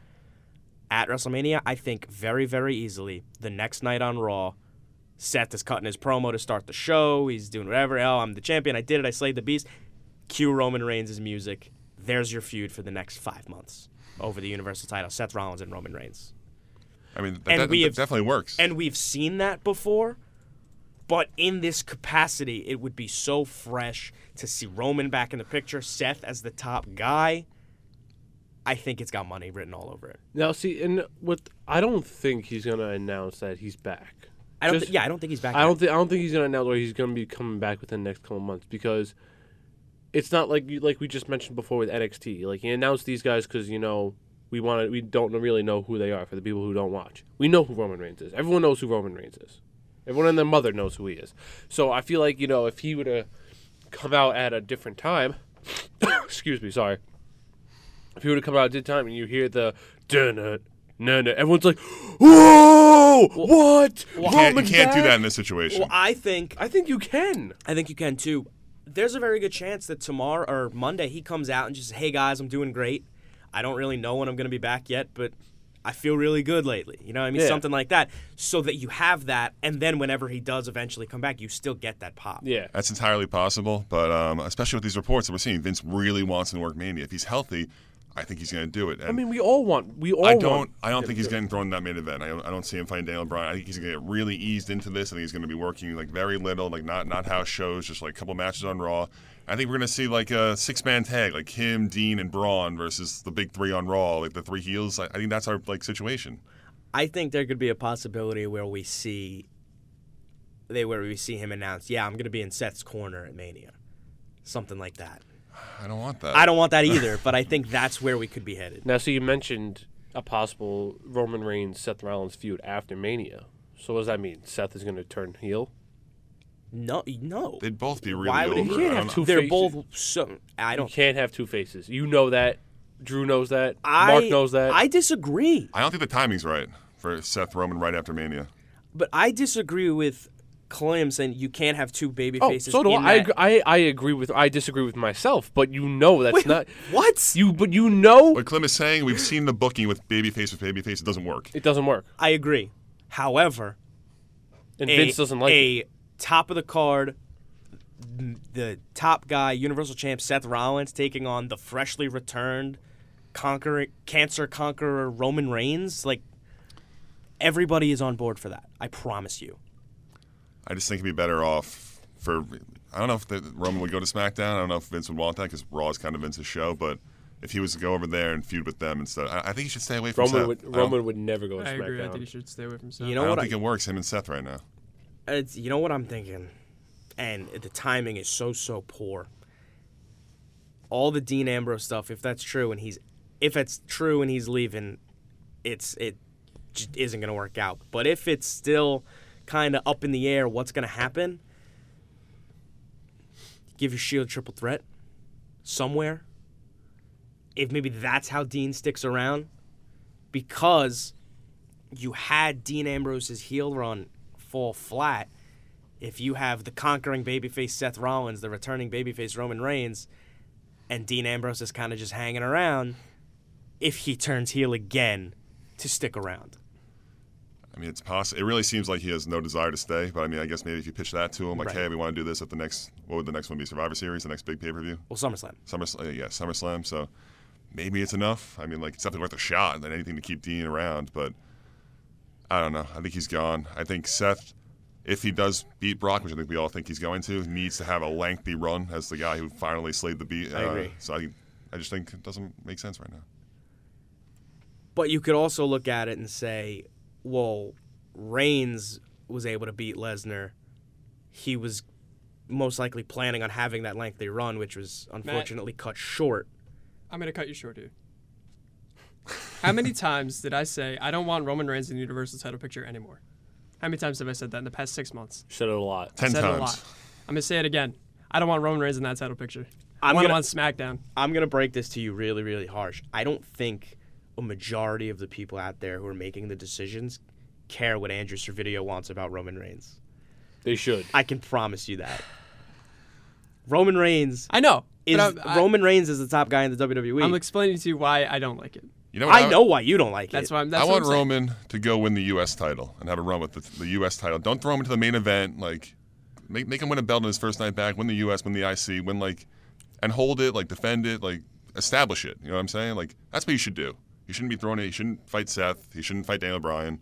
Speaker 4: at WrestleMania, I think very very easily the next night on Raw, Seth is cutting his promo to start the show. He's doing whatever. Oh, I'm the champion. I did it. I slayed the beast. Cue Roman Reigns' music. There's your feud for the next five months over the Universal title. Seth Rollins and Roman Reigns.
Speaker 7: I mean, that,
Speaker 4: And
Speaker 7: that-
Speaker 4: we
Speaker 7: that
Speaker 4: have-
Speaker 7: definitely works.
Speaker 4: And we've seen that before, but in this capacity, it would be so fresh to see Roman back in the picture, Seth as the top guy. I think it's got money written all over it.
Speaker 5: Now, see, and with I don't think he's gonna announce that he's back.
Speaker 4: I don't.
Speaker 5: Just-
Speaker 4: thi- yeah, I don't think he's back.
Speaker 5: I
Speaker 4: yet.
Speaker 5: don't think I don't think he's gonna announce or he's gonna be coming back within the next couple months because it's not like you, like we just mentioned before with NXT. Like he announced these guys because you know we want to we don't really know who they are for the people who don't watch. We know who Roman Reigns is. Everyone knows who Roman Reigns is. Everyone and their mother knows who he is. So I feel like you know if he would have come out at a different time, [coughs] excuse me, sorry. If he would have come out at a different time and you hear the dun no, no. Everyone's like, [gasps] "Whoa! What?
Speaker 7: you can't, you
Speaker 5: Roman's
Speaker 7: can't do
Speaker 5: back?"
Speaker 7: that in this situation.
Speaker 4: Well, I think.
Speaker 5: I think you can.
Speaker 4: I think you can too. There's a very good chance that tomorrow or Monday he comes out and just hey guys, I'm doing great. I don't really know when I'm going to be back yet, but I feel really good lately. You know, what I mean
Speaker 5: Yeah.
Speaker 4: something like that, so that you have that, and then whenever he does eventually come back, you still get that pop.
Speaker 5: Yeah.
Speaker 7: That's entirely possible, but um, especially with these reports that we're seeing, Vince really wants him to work Mania. If he's healthy, I think he's going to do it. And
Speaker 5: I mean, we all want. We
Speaker 4: Oh,
Speaker 5: all
Speaker 7: I don't.
Speaker 5: Want,
Speaker 7: I don't think he's getting thrown in that main event. I don't, I don't see him fighting Daniel Bryan. I think he's going to get really eased into this. I think he's going to be working like very little, like not not house shows, just like a couple matches on Raw. I think we're going to see like a six man tag, like him, Dean, and Braun versus the big three on Raw, like the three heels. I, I think that's our like situation.
Speaker 4: I think there could be a possibility where we see they where we see him announce, "Yeah, I'm going to be in Seth's corner at Mania." Something like that.
Speaker 7: I don't want that.
Speaker 4: I don't want that [laughs] either, but I think that's where we could be headed.
Speaker 5: Now, so you mentioned a possible Roman Reigns Seth Rollins feud after Mania. So what does that mean? Seth is going to turn heel.
Speaker 4: No, no.
Speaker 7: They'd both be really
Speaker 4: Why would he
Speaker 7: over. I
Speaker 4: can't
Speaker 7: don't
Speaker 4: have
Speaker 7: know.
Speaker 5: two
Speaker 4: They're
Speaker 5: faces.
Speaker 4: both so I
Speaker 5: You
Speaker 4: don't
Speaker 5: can't have two faces. You know that. Drew knows that.
Speaker 4: I,
Speaker 5: Mark knows that.
Speaker 4: I disagree,
Speaker 7: I don't think the timing's right for Seth Roman right after Mania.
Speaker 4: but I disagree with Clem saying you can't have two baby
Speaker 5: oh,
Speaker 4: faces.
Speaker 5: so do
Speaker 4: in
Speaker 5: I. I,
Speaker 4: that-
Speaker 5: agree, I. I agree with. I disagree with myself. But you know that's
Speaker 4: Wait,
Speaker 5: not
Speaker 4: what?
Speaker 5: you. But you know
Speaker 7: What Clem is saying, we've seen the booking with babyface with babyface. It doesn't work.
Speaker 5: it doesn't work,
Speaker 4: I agree. However,
Speaker 5: and
Speaker 4: a,
Speaker 5: Vince doesn't like it.
Speaker 4: a top of the card, n- the top guy, Universal Champ Seth Rollins taking on the freshly returned conqueror, cancer conqueror Roman Reigns. Like everybody is on board for that. I promise you.
Speaker 7: I just think it'd be better off for. I don't know if the, Roman would go to SmackDown. I don't know if Vince would want that because Raw is kind of Vince's show. But if he was to go over there and feud with them instead, I, I think he should stay away from
Speaker 5: Roman
Speaker 7: Seth.
Speaker 5: would.
Speaker 7: I don't-
Speaker 5: Roman would never go to
Speaker 6: I
Speaker 5: SmackDown.
Speaker 6: agree. I think you should stay away from Seth.
Speaker 4: You
Speaker 7: I
Speaker 4: know
Speaker 7: don't
Speaker 4: what? I-
Speaker 7: think it works. Him and Seth right now.
Speaker 4: it's you know what I'm thinking, and the timing is so so poor. All the Dean Ambrose stuff, if that's true, and he's if it's true and he's leaving, it's it just isn't gonna work out. But if it's still kind of up in the air, what's gonna happen? Give your Shield triple threat somewhere. If maybe that's how Dean sticks around, because you had Dean Ambrose's heel run fall flat. If you have the conquering babyface Seth Rollins, the returning babyface Roman Reigns, and Dean Ambrose is kind of just hanging around, if he turns heel again, to stick around.
Speaker 7: I mean, it's possible. It really seems like he has no desire to stay. But I mean, I guess maybe if you pitch that to him, like,
Speaker 4: Right.
Speaker 7: hey, we want to do this at the next. What would the next one be? Survivor Series, the next big pay per view.
Speaker 4: Well, SummerSlam.
Speaker 7: Summer, uh, yeah, SummerSlam. So maybe it's enough. I mean, like it's definitely worth a shot than anything to keep Dean around. But I don't know. I think he's gone. I think Seth, if he does beat Brock, which I think we all think he's going to, needs to have a lengthy run as the guy who finally slayed the beat. Uh,
Speaker 4: agree.
Speaker 7: So I, I just think it doesn't make sense right now.
Speaker 4: But you could also look at it and say, well, Reigns was able to beat Lesnar. He was most likely planning on having that lengthy run, which was unfortunately cut short.
Speaker 6: I'm gonna cut you short here. How many times did I say I don't want Roman Reigns in the Universal title picture anymore? How many times have I said that in the past six months?
Speaker 5: Said it a lot.
Speaker 7: Ten
Speaker 6: said it a lot.
Speaker 7: times.
Speaker 6: I'm gonna say it again. I don't want Roman Reigns in that title picture. I
Speaker 4: I'm
Speaker 6: want
Speaker 4: gonna-
Speaker 6: him on SmackDown.
Speaker 4: I'm gonna break this to you really, really harsh. I don't think a majority of the people out there who are making the decisions care what Andrew Servideo wants about Roman Reigns.
Speaker 5: They should.
Speaker 4: I can promise you that. Roman Reigns
Speaker 6: I know.
Speaker 4: is
Speaker 6: but I'm, I-
Speaker 4: Roman Reigns is the top guy in the WWE.
Speaker 6: I'm explaining to you why I don't like it.
Speaker 7: You know what?
Speaker 4: I know why you don't like
Speaker 6: That's
Speaker 4: it.
Speaker 6: why I'm. Um, That's
Speaker 7: I
Speaker 6: what
Speaker 7: want
Speaker 6: I'm saying.
Speaker 7: Roman to go win the U.S. title and have a run with the, the U.S. title. Don't throw him into the main event. Like, make make him win a belt on his first night back. Win the U.S. Win the IC. Win like, and hold it. Like, defend it. Like, establish it. You know what I'm saying? Like, that's what you should do. You shouldn't be throwing it. You shouldn't fight Seth. You shouldn't fight Daniel Bryan.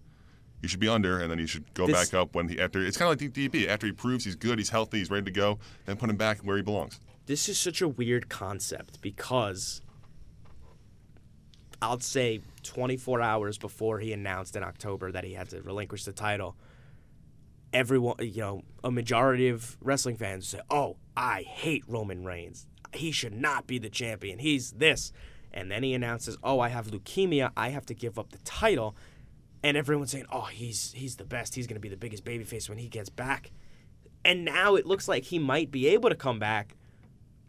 Speaker 7: You should be under, and then you should go
Speaker 4: This-
Speaker 7: back up when he after. It's kind of like DDP. After he proves he's good, he's healthy, he's ready to go, then put him back where he belongs.
Speaker 4: this is such a weird concept because I'll say 24 hours before he announced in October that he had to relinquish the title, everyone, you know, a majority of wrestling fans say, "Oh, I hate Roman Reigns. He should not be the champion. He's this." And then he announces, "Oh, I have leukemia. I have to give up the title." And everyone's saying, "Oh, he's he's the best. He's going to be the biggest babyface when he gets back." And now it looks like he might be able to come back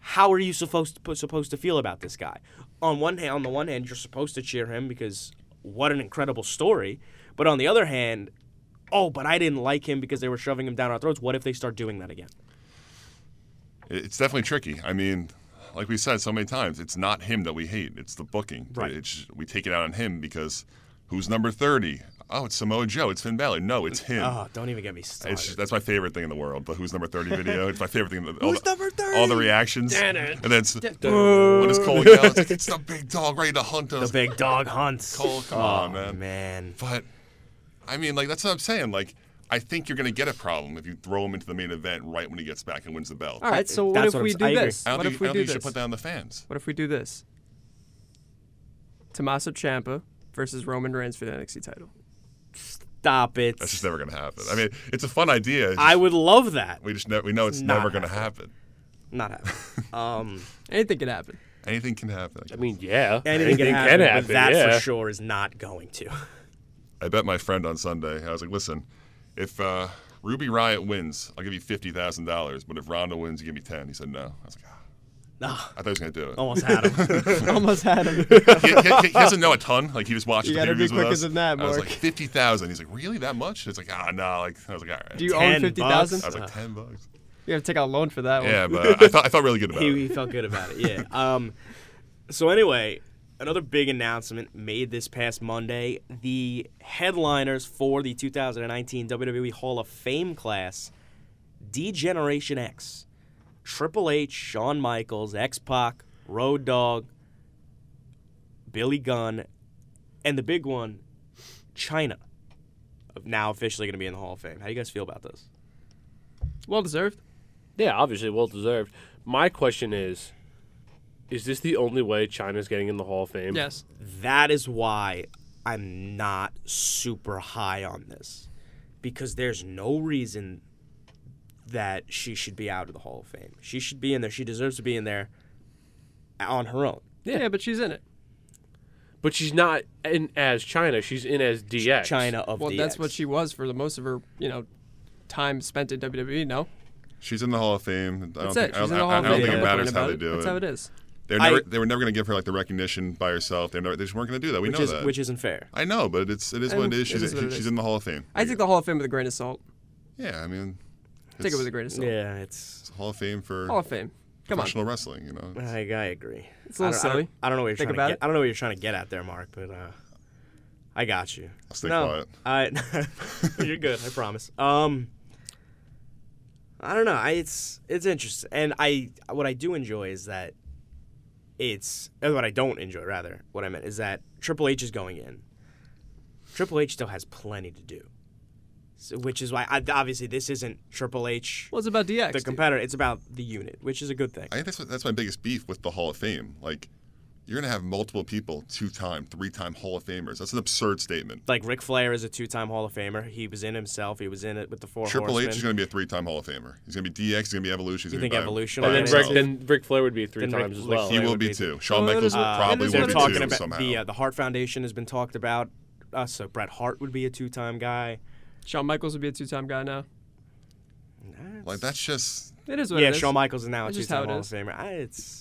Speaker 4: how are you supposed to, supposed to feel about this guy? On one hand, on the one hand, you're supposed to cheer him because what an incredible story. But on the other hand, oh, but I didn't like him because they were shoving him down our throats. What if they start doing that again?
Speaker 7: It- It's definitely tricky. I mean, like we said so many times, it's not him that we hate. It's the booking.
Speaker 4: Right.
Speaker 7: It's, we take it out on him because who's number 30? Oh, it's Samoa Joe. It's Finn Balor. No, it's him.
Speaker 4: Oh, don't even get me started.
Speaker 7: It's, that's my favorite thing in the world. The Who's Number
Speaker 6: [laughs]
Speaker 7: 30 video. It's my favorite thing. in the- All
Speaker 6: Who's
Speaker 7: the,
Speaker 6: number 30?
Speaker 7: All the reactions.
Speaker 6: Dun,
Speaker 7: And
Speaker 6: dun,
Speaker 7: then it's, what is
Speaker 6: [laughs]
Speaker 7: Cole yell? It's, like, it's the big dog ready to hunt us.
Speaker 4: the big
Speaker 7: [laughs]
Speaker 4: dog hunts.
Speaker 7: Cole, come
Speaker 4: oh,
Speaker 7: on, man.
Speaker 4: man.
Speaker 7: But I mean, like that's what I'm saying. Like I think you're gonna get a problem if you throw him into the main event right when he gets back and wins the belt.
Speaker 6: All right. So what
Speaker 4: That's
Speaker 6: if
Speaker 4: what
Speaker 6: we
Speaker 4: I'm-
Speaker 6: do
Speaker 4: I agree.
Speaker 6: this?
Speaker 7: I don't
Speaker 6: What
Speaker 7: think,
Speaker 6: if we
Speaker 7: I don't
Speaker 6: do
Speaker 7: think you should
Speaker 6: this?
Speaker 7: put that on the fans.
Speaker 6: What if we do this? Tommaso Ciampa versus Roman Reigns for the NXT title.
Speaker 4: Stop it.
Speaker 7: That's just never gonna happen. I mean, it's a fun idea. it's
Speaker 4: I
Speaker 7: just-
Speaker 4: would love that.
Speaker 7: we just ne- we know it's
Speaker 4: Not
Speaker 7: never gonna happen.
Speaker 4: Not [laughs] happening. Um,
Speaker 6: Anything
Speaker 4: [laughs]
Speaker 6: could happen.
Speaker 7: Anything can happen.
Speaker 5: I mean, yeah.
Speaker 4: anything, can happen, but that
Speaker 5: yeah.
Speaker 4: for sure is not going to. [laughs]
Speaker 7: I bet my friend on Sunday. I was like, listen, if uh, Ruby Riot wins, I'll give you fifty thousand dollars. But if Ronda wins, you give me ten. He said no. I was like, ah,
Speaker 4: Ah,
Speaker 7: I thought he was gonna do
Speaker 6: Oh,
Speaker 7: it.
Speaker 4: almost had [laughs] him.
Speaker 6: Almost had him.
Speaker 7: he, he- he doesn't know a ton. Like he just watches.
Speaker 6: You
Speaker 7: the
Speaker 6: gotta
Speaker 7: pay-per-views
Speaker 6: be
Speaker 7: with
Speaker 6: quicker
Speaker 7: us.
Speaker 6: than that,
Speaker 7: I was
Speaker 6: Mark.
Speaker 7: like fifty thousand. He's like, really that much? It's like ah no. Like I was like all right.
Speaker 6: [laughs] Do you Uh.
Speaker 4: Ten
Speaker 6: own fifty thousand?
Speaker 7: I was
Speaker 4: bucks.
Speaker 7: like ten bucks.
Speaker 6: You gotta take out a loan for that one.
Speaker 7: Yeah, but uh, I thought I felt really good about
Speaker 4: he, he
Speaker 7: it.
Speaker 4: felt good about it. Yeah.
Speaker 7: [laughs]
Speaker 4: Um, so anyway, another big announcement made this past Monday. The headliners for the 2019 WWE E Hall of Fame class, D-Generation X, Triple H, Shawn Michaels, X-Pac, Road Dogg, Billy Gunn, and the big one, China. Now officially going to be in the Hall of Fame. How do you guys feel about this?
Speaker 6: Well deserved.
Speaker 5: Yeah, obviously, well deserved. My question is Is this the only way China's getting in the Hall of Fame?
Speaker 6: Yes.
Speaker 4: that is why I'm not super high on this because there's no reason that she should be out of the Hall of Fame. She should be in there. She deserves to be in there on her own.
Speaker 6: Yeah. but she's in it.
Speaker 5: But she's not in as China. She's in as DX.
Speaker 4: China of
Speaker 6: Well,
Speaker 4: DX.
Speaker 6: that's what she was for the most of her, you know, time spent in WWE. No,
Speaker 7: She's in the Hall of Fame. I don't
Speaker 6: that's
Speaker 7: think,
Speaker 6: it.
Speaker 7: I don't,
Speaker 6: She's in the
Speaker 7: I-
Speaker 6: Hall
Speaker 7: I
Speaker 6: of
Speaker 7: don't
Speaker 6: Fame.
Speaker 7: think
Speaker 6: No
Speaker 7: it matters
Speaker 6: complaint
Speaker 7: how
Speaker 6: about
Speaker 7: they do
Speaker 6: That's
Speaker 7: it.
Speaker 6: how it is.
Speaker 7: They were
Speaker 4: I-
Speaker 7: never, they were never going to give her like the recognition by herself. They never they just weren't going to do that. We
Speaker 4: which
Speaker 7: know
Speaker 4: is
Speaker 7: that.
Speaker 4: which isn't fair.
Speaker 7: I know, but it's it is
Speaker 6: And
Speaker 7: what it is.
Speaker 6: it
Speaker 7: She's
Speaker 6: is what it
Speaker 7: she's
Speaker 6: is.
Speaker 7: in the Hall of Fame.
Speaker 6: I take the Hall of Fame with a grain of salt.
Speaker 7: Yeah, I mean,
Speaker 6: Take it
Speaker 7: it's-
Speaker 6: with a grain of salt.
Speaker 4: Yeah, it's
Speaker 7: it's the Hall of Fame for
Speaker 6: Hall of Fame. Come on.
Speaker 7: professional wrestling. You know, It's-
Speaker 4: I, I agree.
Speaker 6: It's a little
Speaker 4: I don't, I don't-
Speaker 6: silly.
Speaker 4: I don't know what you're
Speaker 6: Think
Speaker 4: trying
Speaker 6: about
Speaker 4: to get.
Speaker 6: it.
Speaker 4: I don't know what you're trying to get at there, Mark, but uh, I got you.
Speaker 7: I'll stay
Speaker 4: no, I [laughs]
Speaker 6: [laughs]
Speaker 4: you're good. I promise. Um, I don't know. I, it's it's interesting, and I what I do enjoy is that it's uh, what I don't enjoy. Rather, what I meant is that Triple H is going in. Triple H still has plenty to do, so, which is why I, obviously this isn't Triple H.
Speaker 6: Well, it's about DX.
Speaker 4: the
Speaker 6: dude.
Speaker 4: competitor, it's about the unit, which is a good thing.
Speaker 7: I think that's what- that's my biggest beef with the Hall of Fame. Like, you're gonna have multiple people, two-time, three-time Hall of Famers. That's an absurd statement.
Speaker 4: like Ric Flair is a two-time Hall of Famer. He was in himself. He was in it with the four
Speaker 7: Triple
Speaker 4: horsemen.
Speaker 7: H is gonna be a three-time Hall of Famer. He's gonna be DX. He's gonna be Evolution. He's
Speaker 4: You
Speaker 7: gonna be
Speaker 4: think
Speaker 7: by-
Speaker 4: Evolution
Speaker 7: by
Speaker 4: will
Speaker 5: And then
Speaker 7: himself.
Speaker 5: Ric, then Ric Flair would be three
Speaker 4: Then Ric-
Speaker 5: times as
Speaker 4: Ric
Speaker 5: well.
Speaker 7: he
Speaker 4: Flair
Speaker 7: will
Speaker 4: would
Speaker 7: be
Speaker 4: be-
Speaker 7: too. Shawn
Speaker 6: Well, that
Speaker 7: Michaels
Speaker 6: is-
Speaker 7: will
Speaker 6: uh,
Speaker 7: probably
Speaker 6: that
Speaker 7: will
Speaker 6: is
Speaker 4: They're
Speaker 7: be
Speaker 6: what it
Speaker 4: talking
Speaker 7: too
Speaker 4: about
Speaker 7: somehow.
Speaker 4: the uh, the Hart Foundation has been talked about. Uh, so Bret Hart would be a two-time guy.
Speaker 6: Shawn Michaels would be a two-time guy now.
Speaker 7: like that's just
Speaker 6: It is what
Speaker 4: Yeah,
Speaker 6: it is.
Speaker 4: Shawn Michaels is now a
Speaker 6: That's just how
Speaker 4: two-time
Speaker 6: it
Speaker 4: Hall of
Speaker 6: is.
Speaker 4: Famer. I, it's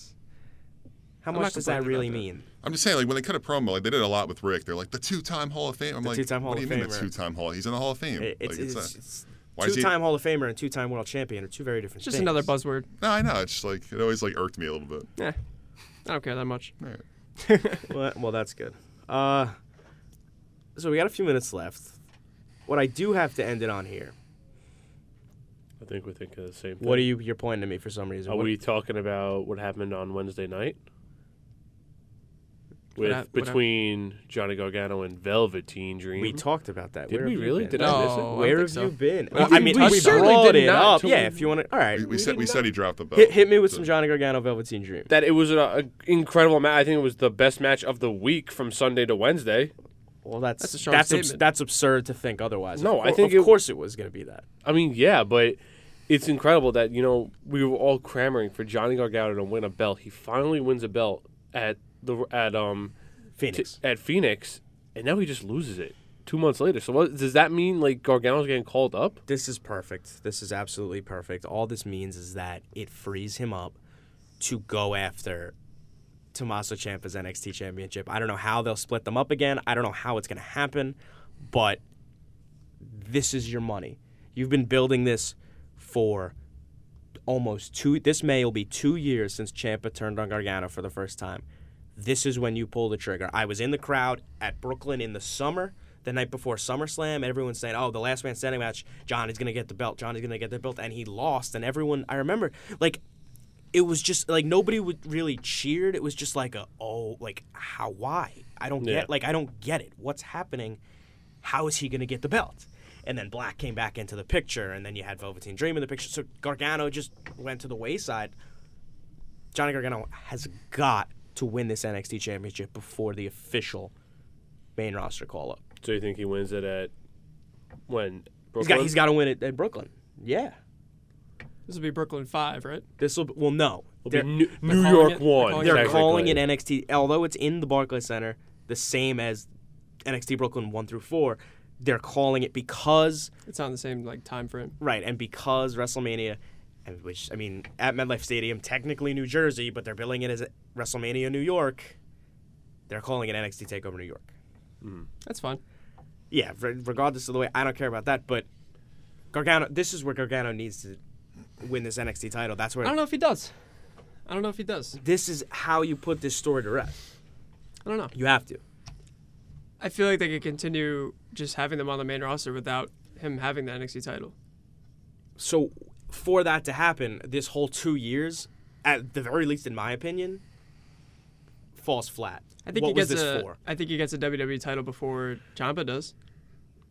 Speaker 4: how
Speaker 6: not
Speaker 4: much does that
Speaker 6: complaining
Speaker 4: really
Speaker 6: about that.
Speaker 4: mean?
Speaker 7: I'm just saying, like when they cut a promo, like they did a lot with Rick. They're like the two-time Hall of Fame. I'm like,
Speaker 4: two-time Hall
Speaker 7: what do you
Speaker 4: of
Speaker 7: mean the
Speaker 4: Famer.
Speaker 7: two-time Hall? He's in the Hall of Fame.
Speaker 4: It- it's,
Speaker 7: like,
Speaker 4: it's,
Speaker 7: it's,
Speaker 4: it's,
Speaker 7: a- Why is he-
Speaker 4: Two-time Hall of Famer and two-time world champion are two very different
Speaker 6: It's just
Speaker 4: things.
Speaker 6: another buzzword.
Speaker 7: No, I know. It's just like it always like irked me a little bit.
Speaker 6: Yeah, I don't care that much.
Speaker 7: All right.
Speaker 4: Well, well, that's good. Uh, so we got a few minutes left. What I do have to end it on here.
Speaker 5: I think we think of the same thing.
Speaker 4: What are you? You're pointing at me for some reason.
Speaker 5: Are
Speaker 4: What-
Speaker 5: we talking about what happened on Wednesday night? With
Speaker 6: hap- what hap-
Speaker 5: between Johnny Gargano and Velveteen Dream.
Speaker 4: We talked about that.
Speaker 5: Did
Speaker 4: Where
Speaker 5: we
Speaker 4: have you
Speaker 5: really?
Speaker 4: been?
Speaker 5: Did
Speaker 6: No,
Speaker 5: I miss it?
Speaker 6: I don't
Speaker 4: Where have
Speaker 6: think so.
Speaker 4: you been?
Speaker 6: We
Speaker 4: Well, I
Speaker 6: did-
Speaker 4: mean,
Speaker 6: we
Speaker 4: we
Speaker 6: certainly
Speaker 4: brought
Speaker 6: did
Speaker 4: it
Speaker 5: not
Speaker 4: up.
Speaker 5: till
Speaker 4: Yeah,
Speaker 5: we-
Speaker 4: if you want to. All right.
Speaker 7: We, we said we said he dropped the belt.
Speaker 4: hit, hit me with some Johnny Gargano Velveteen Dream.
Speaker 5: That it was an uh, incredible match. I think it was the best match of the week from Sunday to Wednesday.
Speaker 4: Well, that's
Speaker 6: That's
Speaker 4: that's
Speaker 6: a strong
Speaker 4: abs-
Speaker 6: statement.
Speaker 4: that's absurd to think otherwise.
Speaker 5: No,
Speaker 4: of
Speaker 5: I think
Speaker 4: of
Speaker 5: it-
Speaker 4: course it was going to be that.
Speaker 5: I mean, yeah, but it's incredible that you know we were all clamoring for Johnny Gargano to win a belt. He finally wins a belt at the at um t-
Speaker 4: Phoenix.
Speaker 5: at Phoenix, and now he just loses it two months later. So what does that mean? Like Gargano's getting called up?
Speaker 4: this is perfect. This is absolutely perfect. All this means is that it frees him up to go after Tommaso Ciampa's NXT Championship. I don't know how they'll split them up again. I don't know how it's going to happen, but this is your money. You've been building this for almost two. This May will be two years since Champa turned on Gargano for the first time. This is when you pull the trigger. I was in the crowd at Brooklyn in the summer, the night before SummerSlam. Everyone's saying, "Oh, the Last Man Standing match. John is gonna get the belt. John is gonna get the belt," and he lost. And everyone, I remember, like it was just like nobody would really cheered. It was just like a oh, like how why? I don't
Speaker 5: Yeah.
Speaker 4: get like I don't get it. What's happening? How is he gonna get the belt? And then Black came back into the picture, and then you had Velveteen Dream in the picture. So Gargano just went to the wayside. Johnny Gargano has got to win this NXT championship before the official main roster call up.
Speaker 5: So you think he wins it at when?
Speaker 4: He's got
Speaker 5: Brooklyn?
Speaker 4: he's got to win it at Brooklyn. Yeah.
Speaker 6: This would be Brooklyn Five, right?
Speaker 4: This will well no.
Speaker 5: It'll be
Speaker 4: They're-
Speaker 5: New,
Speaker 6: they're
Speaker 5: New
Speaker 6: calling
Speaker 5: York
Speaker 6: it- they're
Speaker 5: one.
Speaker 6: calling
Speaker 4: They're
Speaker 6: Exactly.
Speaker 4: calling it NXT, although it's in the Barclays Center, the same as NXT Brooklyn one through four. They're calling it because
Speaker 6: It's on the same like time frame.
Speaker 4: right and because WrestleMania, and which I mean at MetLife Stadium, technically New Jersey, but they're billing it as WrestleMania New York. They're calling it NXT Takeover New York.
Speaker 6: That's fine.
Speaker 4: Yeah, re- regardless of the way, I don't care about that. But Gargano, this is where Gargano needs to win this NXT title. That's where
Speaker 6: I don't know if he does. I don't know if he does.
Speaker 4: this is how you put this story to rest.
Speaker 6: I don't know.
Speaker 4: You have to.
Speaker 6: I feel like they could continue just having them on the main roster without him having the NXT title.
Speaker 4: so for that to happen this whole two years at the very least in my opinion falls flat
Speaker 6: I think
Speaker 4: what
Speaker 6: he gets
Speaker 4: was this
Speaker 6: a.
Speaker 4: for
Speaker 6: I think he gets a WWE title before Ciampa does.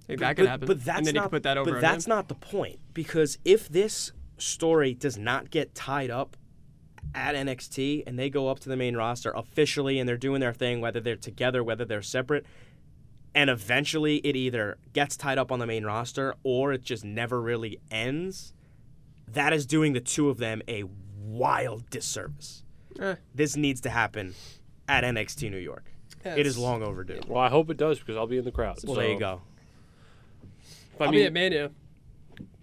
Speaker 6: I think that could
Speaker 4: but,
Speaker 6: happen.
Speaker 4: but that's
Speaker 6: and then
Speaker 4: not
Speaker 6: he can put that over.
Speaker 4: but that's not the point because if this story does not get tied up at NXT and they go up to the main roster officially and they're doing their thing whether they're together whether they're separate and eventually it either gets tied up on the main roster or it just never really ends that is doing the two of them a wild disservice
Speaker 6: not.
Speaker 4: this needs to happen at NXT New York it is
Speaker 6: Yes.
Speaker 4: long overdue
Speaker 5: Well, I hope it does because I'll be in the crowd.
Speaker 4: well
Speaker 5: so-
Speaker 4: there you go
Speaker 5: I
Speaker 6: I'll
Speaker 5: mean-
Speaker 6: be at Mania.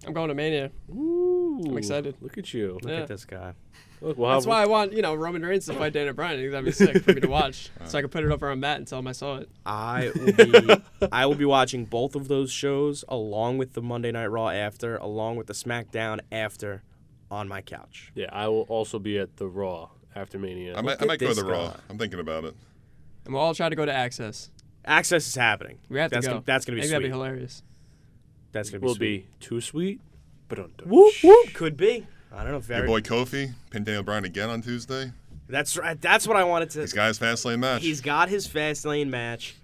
Speaker 6: I'm going to Mania.
Speaker 4: Oh,
Speaker 5: Ooh, I'm
Speaker 6: excited.
Speaker 5: Look at you.
Speaker 4: look
Speaker 6: Yeah.
Speaker 4: at this guy
Speaker 5: Look, we'll
Speaker 6: That's
Speaker 5: have-
Speaker 6: why I want you know Roman Reigns to fight Dana Bryan. I think that'd be sick for me
Speaker 4: [laughs]
Speaker 6: to watch, so I could put it up on Matt and tell him I saw it. [laughs]
Speaker 4: I will be I will be watching both of those shows along with the Monday Night Raw after, along with the SmackDown after, on my couch.
Speaker 5: Yeah, I will also be at the Raw after Mania.
Speaker 7: I might, I
Speaker 4: at
Speaker 7: might go to the
Speaker 4: this
Speaker 7: Raw.
Speaker 4: guy.
Speaker 7: I'm thinking about it.
Speaker 6: And we'll all try to go to Access.
Speaker 4: Access is happening.
Speaker 6: We have
Speaker 4: that's
Speaker 6: to go.
Speaker 4: Gonna, that's gonna be
Speaker 6: I think
Speaker 4: sweet.
Speaker 6: that'd be hilarious.
Speaker 4: that's gonna be
Speaker 5: will
Speaker 4: sweet.
Speaker 5: be too sweet, but on
Speaker 4: Whoop whoop. Could be. I don't know. Very.
Speaker 7: Your boy Kofi pinned Daniel Bryan again on Tuesday.
Speaker 4: That's right. That's what I wanted to.
Speaker 7: This guy's fast lane match.
Speaker 4: He's got his fast lane match.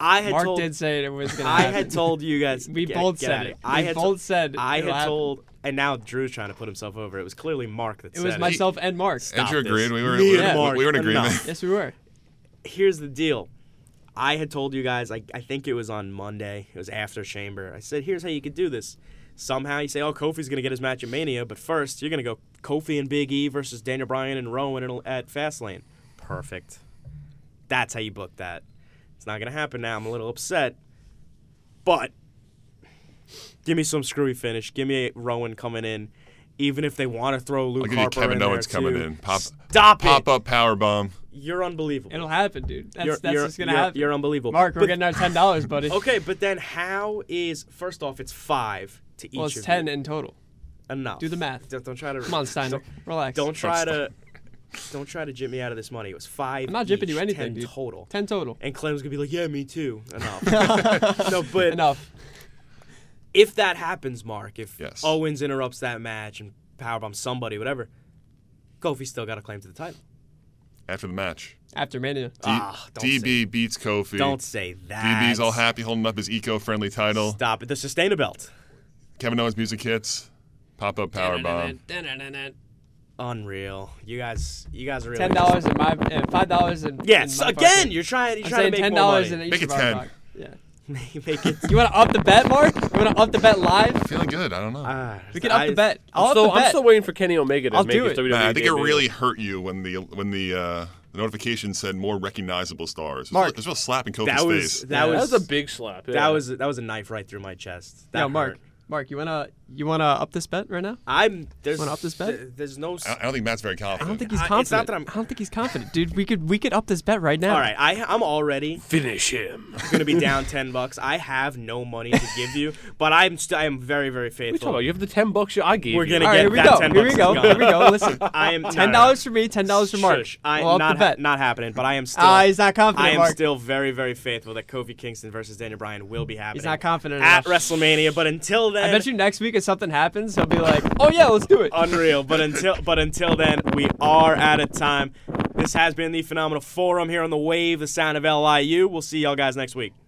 Speaker 4: I had
Speaker 6: Mark
Speaker 4: told.
Speaker 6: did say it was gonna
Speaker 4: I
Speaker 6: happen.
Speaker 4: had told you guys.
Speaker 6: [laughs] We
Speaker 4: get-
Speaker 6: both
Speaker 4: get
Speaker 6: said
Speaker 4: out of
Speaker 6: it.
Speaker 4: here. I
Speaker 6: We
Speaker 4: had
Speaker 6: both
Speaker 4: told,
Speaker 6: said
Speaker 4: I
Speaker 6: it'll
Speaker 4: had
Speaker 6: happen.
Speaker 4: told, and now Drew's trying to put himself over. It was clearly Mark that
Speaker 6: It
Speaker 4: said
Speaker 6: was
Speaker 4: it.
Speaker 6: myself and Mark.
Speaker 7: Andrew
Speaker 4: this.
Speaker 7: agreed. We were,
Speaker 4: Me
Speaker 7: we,
Speaker 4: and
Speaker 7: were-
Speaker 4: Mark,
Speaker 7: we were in
Speaker 4: enough.
Speaker 7: agreement. [laughs]
Speaker 6: Yes, we were.
Speaker 4: here's the deal. I had told you guys, I, I think it was on Monday, it was after Chamber. I said, here's how you could do this. Somehow you say, oh, Kofi's going to get his match at Mania, but first you're going to go Kofi and Big E versus Daniel Bryan and Rowan at- at Fastlane. Perfect. That's how you book that. It's not going to happen now. I'm a little upset. But give me some screwy finish. Give me a Rowan coming in. Even if they want to throw
Speaker 7: I'll
Speaker 4: Luke
Speaker 7: give you
Speaker 4: Harper
Speaker 7: Kevin
Speaker 4: in
Speaker 7: Owens
Speaker 4: there
Speaker 7: coming
Speaker 4: too.
Speaker 7: in. Pop,
Speaker 4: Stop
Speaker 7: pop
Speaker 4: it.
Speaker 7: up power bomb.
Speaker 4: You're unbelievable.
Speaker 6: It'll happen, dude. That's
Speaker 4: You're-
Speaker 6: that's
Speaker 4: you're-
Speaker 6: just gonna
Speaker 4: you're-
Speaker 6: happen.
Speaker 4: You're unbelievable.
Speaker 6: Mark,
Speaker 4: [laughs]
Speaker 6: we're
Speaker 4: But-
Speaker 6: getting our ten dollars, buddy.
Speaker 4: Okay, but then how is first off it's five. to each
Speaker 6: Well, it's
Speaker 4: of
Speaker 6: ten
Speaker 4: you.
Speaker 6: in total.
Speaker 4: Enough.
Speaker 6: Do the math.
Speaker 4: Don't, don't try to.
Speaker 6: Come on, Steiner, relax.
Speaker 4: Don't try to. Don't try to jip me out of this money. It was five.
Speaker 6: I'm not jipping
Speaker 4: each,
Speaker 6: you anything,
Speaker 4: ten
Speaker 6: dude.
Speaker 4: total.
Speaker 6: Ten total.
Speaker 4: And Clem's gonna be like, yeah, me too.
Speaker 6: [laughs]
Speaker 4: Enough. no, but
Speaker 6: Enough.
Speaker 4: if that happens, Mark, if
Speaker 7: Yes.
Speaker 4: Owens interrupts that match and powerbombs somebody, whatever, Kofi's still got a claim to the title.
Speaker 7: After the match,
Speaker 6: After Mania.
Speaker 7: D-
Speaker 4: Ah, don't
Speaker 7: DB beats Kofi.
Speaker 4: Don't say that.
Speaker 7: DB's all happy holding up his eco-friendly title.
Speaker 4: Stop it. The sustainer belt.
Speaker 7: Kevin Owens music hits. Pop-up power bomb.
Speaker 4: Unreal. You guys, you guys are really.
Speaker 6: Ten dollars in my and five dollars in.
Speaker 4: Yes,
Speaker 6: in my
Speaker 4: again.
Speaker 6: pocket.
Speaker 4: You're trying. You're
Speaker 6: I'm
Speaker 4: trying
Speaker 6: saying
Speaker 4: to make
Speaker 6: ten
Speaker 4: more
Speaker 6: dollars
Speaker 4: money.
Speaker 6: in each
Speaker 7: Make
Speaker 6: of
Speaker 7: it
Speaker 6: our
Speaker 7: 10.
Speaker 6: pocket. Yeah.
Speaker 4: [laughs]
Speaker 6: [laughs]
Speaker 4: make it.
Speaker 6: You want to up the bet, Mark? You want to up the bet live?
Speaker 7: Feeling good. I don't know.
Speaker 4: Ah,
Speaker 6: We can
Speaker 4: I-
Speaker 6: up the bet. I'll
Speaker 5: I'm
Speaker 6: up
Speaker 5: still,
Speaker 6: the bet.
Speaker 5: I'm still waiting for Kenny Omega to
Speaker 6: I'll
Speaker 5: make
Speaker 6: do
Speaker 5: his
Speaker 6: it.
Speaker 5: WWE.
Speaker 7: Nah, I think it
Speaker 5: debut.
Speaker 7: really hurt you when the when the uh, the notification said more recognizable stars.
Speaker 6: Mark.
Speaker 7: there's real slap in Kofi's
Speaker 4: That was
Speaker 7: face.
Speaker 4: that
Speaker 5: Yeah,
Speaker 4: was
Speaker 5: that was a big slap.
Speaker 4: that
Speaker 5: yeah.
Speaker 4: was that was a knife right through my chest. That
Speaker 6: Yo, Mark.
Speaker 4: hurt.
Speaker 6: Mark, you wanna you wanna up this bet right now?
Speaker 4: I'm there's
Speaker 6: Wanna up this bet?
Speaker 4: th- there's no. s-
Speaker 7: I I don't think Matt's very confident.
Speaker 6: I don't think he's
Speaker 4: I- Uh, it's
Speaker 6: confident.
Speaker 4: not that I'm-
Speaker 6: I do not think he's confident, dude. We could we could up this bet right now.
Speaker 4: All right, I I'm already
Speaker 5: finish him.
Speaker 4: gonna be down [laughs] ten bucks. I have no money to give you, but I'm still I am very very
Speaker 5: What you
Speaker 4: faithful.
Speaker 5: talking about? You have the ten bucks you- I gave.
Speaker 4: We're
Speaker 5: you.
Speaker 4: gonna
Speaker 6: All
Speaker 4: get
Speaker 6: right, here we
Speaker 4: that
Speaker 6: go.
Speaker 4: 10
Speaker 6: Here we
Speaker 4: bucks
Speaker 6: go.
Speaker 4: is
Speaker 6: Here
Speaker 4: gone.
Speaker 6: we go. Listen,
Speaker 4: [laughs] I
Speaker 6: [laughs]
Speaker 4: am
Speaker 6: ten dollars for me, ten dollars for Mark.
Speaker 4: Shush. I
Speaker 6: We'll up
Speaker 4: not
Speaker 6: the bet.
Speaker 4: not happening, but I am still.
Speaker 6: Ah, he's not confident,
Speaker 4: I am
Speaker 6: Mark.
Speaker 4: still very very faithful that Kofi Kingston versus Daniel Bryan will be happening.
Speaker 6: He's not confident
Speaker 4: at
Speaker 6: enough.
Speaker 4: WrestleMania, but until then,
Speaker 6: I bet you next week if something happens, he'll be like, "Oh yeah, let's do it."
Speaker 4: unreal. But until but until then, we are out of time. This has been the Phenomenal Forum here on the Wave, the sound of LIU. We'll see y'all guys next week.